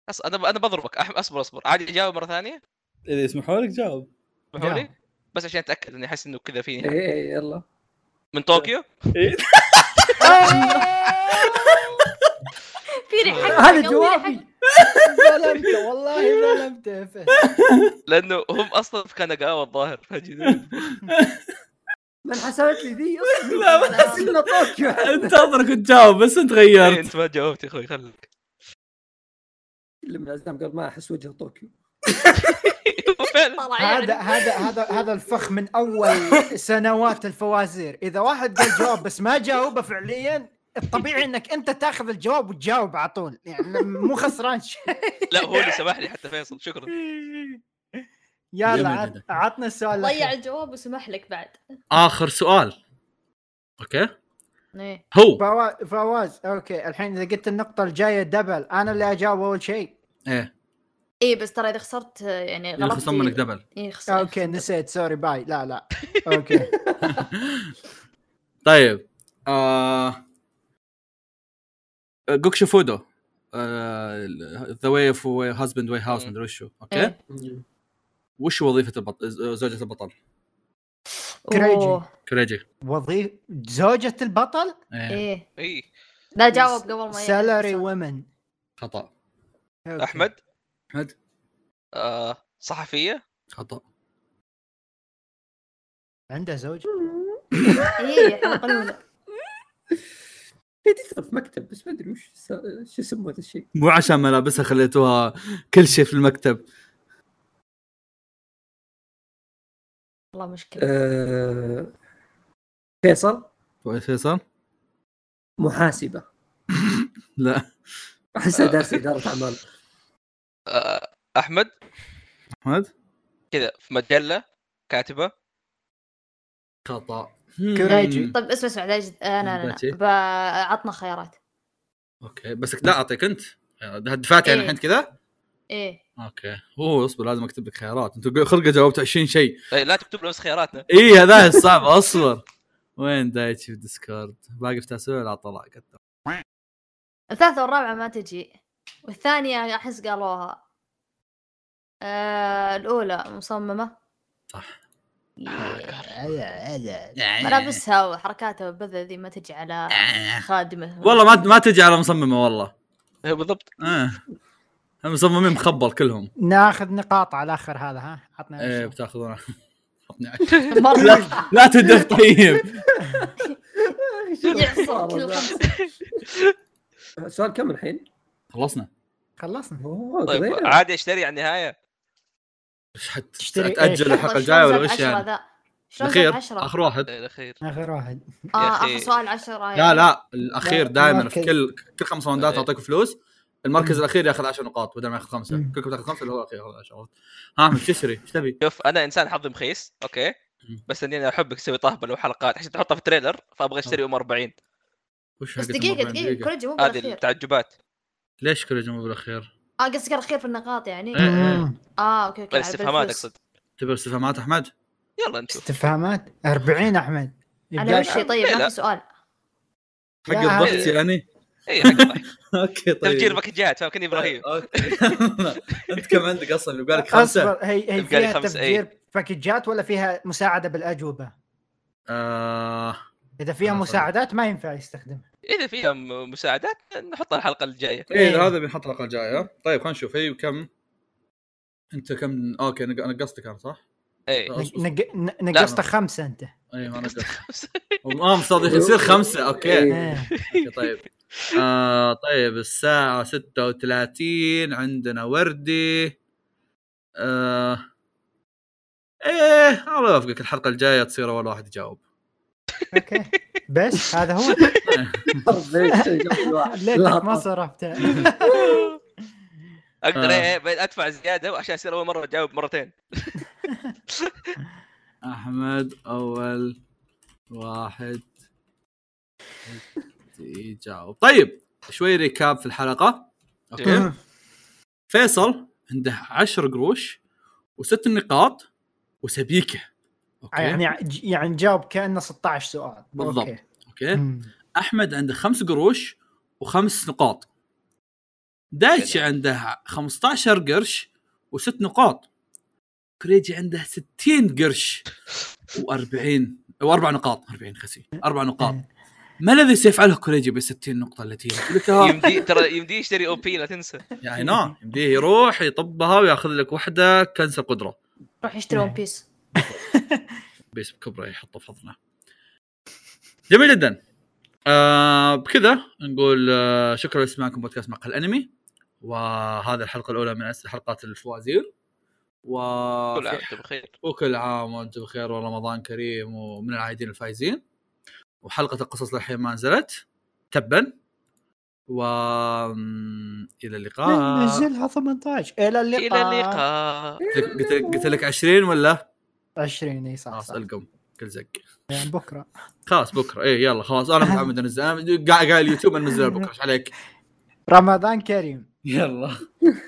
S3: أص... انا انا بضربك أحمد اصبر اصبر عادي اجاوب مره ثانيه
S2: اذا يسمحوا لك جاوب
S3: اسمحوا لي
S1: جاوب.
S3: بس عشان اتاكد اني احس انه كذا فيني
S4: ايه إيه، يلا
S3: من طوكيو
S5: في ريحه
S4: هذا
S5: قوي،
S4: جوابي.
S5: ريحة-
S1: ظلمته والله ظلمته يا فهد.
S3: لانه هم اصلا في آه، كاناغاوا الظاهر
S4: من حسبت لي ذي
S2: لا،
S4: لا بس انه طوكيو
S2: انتظرك تجاوب بس انت
S3: إيه،
S2: غيرت
S3: انت ما جاوبت يا اخوي خليك
S4: اللي من الازلام قال ما احس وجه طوكيو
S3: فعلا
S5: طلع
S1: هذا
S5: يعني.
S1: هذا هذا هذا الفخ من اول سنوات الفوازير اذا واحد قال جواب بس ما جاوبه فعليا الطبيعي انك انت تاخذ الجواب وتجاوب على طول يعني مو خسران شيء
S3: لا هو اللي سمح لي حتى فيصل شكرا
S1: يلا
S6: جميل
S1: عط-
S6: هذا.
S1: عطنا السؤال
S5: ضيع
S1: الأخير.
S5: الجواب وسمح لك بعد
S2: اخر سؤال اوكي
S5: إيه.
S2: هو
S1: فوا- فواز اوكي الحين اذا قلت النقطه الجايه دبل انا اللي اجاوب اول شيء
S2: ايه
S5: ايه بس ترى اذا خسرت آه، يعني غلطت
S2: الخصم منك دبل
S5: ايه خسرت
S1: اوكي نسيت سوري باي لا لا اوكي
S2: طيب آه... جوكشو فودو آه، ذا واي اوف هازبند واي هاوس
S3: مم.
S2: مدري وشو اوكي
S5: إيه.
S2: وش وظيفه البطل زوجة البطل
S1: كريجي.
S5: أوه،
S2: كريجي
S1: وظيفه زوجة البطل
S2: ايه
S5: ايه
S3: اي
S5: لا جاوب قبل ما إيه، يعرف
S1: سالاري
S5: السؤال.
S1: ومن
S2: خطا
S3: احمد
S2: احمد
S3: آه صحفيه
S2: خطا
S1: عنده زوجة
S5: ايه حلقة الأولى.
S4: هي تشتغل في مكتب بس ما ادري وش سا- شو يسمون هذا الشيء
S2: مو عشان ملابسها خليتوها كل شيء في المكتب
S5: والله
S1: إيه.
S5: مشكله
S4: آه، فيصل
S2: فيصل
S4: محاسبه
S2: لا
S4: احسها دارس اداره اعمال
S3: آه احمد
S2: احمد
S3: كذا في مجله كاتبه
S2: خطا
S1: كريجي.
S5: طيب اسمع اسمع لا جد- آه، لا لا
S2: ماشي.
S5: لا با- عطنا خيارات
S2: اوكي بس لا اعطيك انت دفعت يعني
S5: إيه.
S2: الحين كذا
S5: ايه
S2: اوكي اوه اصبر لازم اكتب لك خيارات انتوا خلقه جاوبتوا 20 شيء
S3: إيه، لا تكتب له بس خياراتنا
S2: اي هذا الصعب اصبر وين دايتشي في الديسكورد باقي في تسوية ولا طلع قدر
S5: الثالثة والرابعة ما تجي والثانية أحس قالوها آه الأولى مصممة
S2: صح.
S5: ملابسها وحركاتها والبذة ذي ما تجي على خادمة
S2: والله ما ما تجي على مصممه والله
S3: إيه، بالضبط
S2: اه هم مصممين مخبل كلهم
S1: ناخذ نقاط على الاخر هذا ها عطنا
S2: ايه
S1: عشرة.
S2: بتاخذون
S5: مرة
S2: لا تدخ طيب
S5: يعصر كل خمسة
S4: سؤال كم الحين؟
S2: خلصنا
S1: خلصنا
S4: اوه
S3: طيب
S4: قضينا.
S3: عادي اشتري على النهايه
S2: ايش حت-
S1: تشتري إيه؟
S2: تاجل
S1: إيش؟
S2: الحلقه
S5: شلون
S2: الجايه ولا
S5: زاد
S2: وش
S5: عشرة
S2: يعني
S5: ذا؟ شلون زاد
S2: الاخير
S5: عشرة؟
S2: اخر واحد
S3: إيه، الاخير
S1: اخر واحد
S5: آه
S3: أخي.
S5: اخر سؤال عشرة
S2: لا لا الاخير
S1: لا،
S2: دائما في
S1: مركز.
S2: كل كل خمس راوندات
S3: إيه.
S2: اعطيك فلوس المركز الاخير ياخذ 10 نقاط بدل ما ياخذ خمسه
S1: مم.
S2: كلكم تاخذ خمسه اللي هو الاخير ياخذ 10 نقاط ها احمد شو تشتري؟ ايش تبي؟
S3: شوف انا انسان حظي مخيس اوكي
S2: مم.
S3: بس اني انا احبك تسوي طهبله وحلقات عشان تحطها في تريلر فابغى اشتري ام 40
S2: وش
S5: بس
S2: حقت
S5: دقيقة
S2: المربعين؟
S5: دقيقة كوريجي مو
S3: هذه
S5: بالأخير
S3: التعجبات
S2: ليش كل جمهور بالاخير؟
S5: اه قصدك الأخير في النقاط يعني
S2: إيه.
S5: اه اوكي اوكي على
S3: الاستفهامات
S5: بالفلوس.
S3: اقصد
S2: تبي استفهامات احمد؟
S3: يلا انتم
S1: استفهامات 40 احمد
S5: على
S1: يبدأ-
S5: وش شي طيب
S3: إيه،
S5: ما
S3: لا.
S5: في سؤال
S2: حق
S1: لا،
S2: الضغط
S3: هذه-
S2: يعني؟
S3: اي إيه، حق الضحك.
S2: اوكي طيب
S3: تفجير باكجات فاهم كني ابراهيم
S2: اوكي انت كم عندك اصلا يبقى لك خمسه
S1: اصبر هي هي
S3: يبقى لي
S1: فيها
S3: خمسة،
S1: تفجير باكجات ولا فيها مساعده بالاجوبه؟
S2: آه،
S1: اذا فيها
S2: أنا
S1: مساعدات ما ينفع يستخدمها
S3: اذا فيها م- مساعدات نحطها الحلقه الجايه
S2: ايه
S1: إيه.
S2: هذا بنحط الحلقه الجايه طيب خلينا نشوف هي كم انت كم اوكي نق- انا قصتك انا صح؟
S3: اي
S2: أصبر.
S1: نق- ن- نقصت خمسه انت
S2: اي أيوة، ما انا قصتك اه مصادق يصير خمسه اوكي
S1: إيه.
S2: أوكي، طيب آه طيب الساعة 36 عندنا وردي آه ايه الله يوفقك الحلقة الجاية تصير اول واحد يجاوب
S1: اوكي بس هذا هو ليتك ما صرفته
S2: آه.
S3: اقدر إيه، إيه، ادفع زياده عشان يصير اول مره اجاوب مرتين
S2: احمد اول واحد يجاوب طيب شوي ريكاب في الحلقه اوكي
S1: إيه.
S3: جميل.
S2: فيصل عنده 10 قروش وست نقاط وسبيكه اوكي
S1: يعني يعني جاوب كانه 16 سؤال
S2: بالضبط. إيه.
S1: أوكي.
S2: اوكي
S1: مم.
S2: احمد عنده خمس قروش وخمس نقاط دايتشي عنده 15 قرش وست نقاط كريجي عنده 60 قرش و40 واربع نقاط 40 خسي اربع نقاط ما الذي سيفعله كوريجي بال 60 نقطة التي يملكها؟
S3: يمدي ترى يمدي يشتري او بي لا تنسى
S2: يعني نعم يمديه يروح يطبها وياخذ لك وحده كنسل قدره
S5: روح يشتري ون بيس
S2: بيس بكبره يحطه في حضنه جميل جدا آه بكذا نقول آه شكرا لسماعكم بودكاست مقهى الانمي وهذه الحلقه الاولى من أس- حلقات الفوازير و
S3: كل عام وانتم بخير
S2: وكل عام وانتم بخير ورمضان كريم ومن العايدين الفايزين وحلقه القصص للحين ما نزلت تبا و م- الى اللقاء
S1: نزلها 18 الى اللقاء
S3: الى اللقاء
S2: قلت لك- قلت لك- قلت لك 20 ولا
S1: 20 اي إيه، صح,
S2: خلاص
S1: صح.
S2: القم كل زق
S1: يعني بكره
S2: خلاص بكره ايه يلا خلاص انا متعمد انزل أنا قاعد قاعد اليوتيوب انزل بكره ايش عليك
S1: رمضان كريم
S2: يلا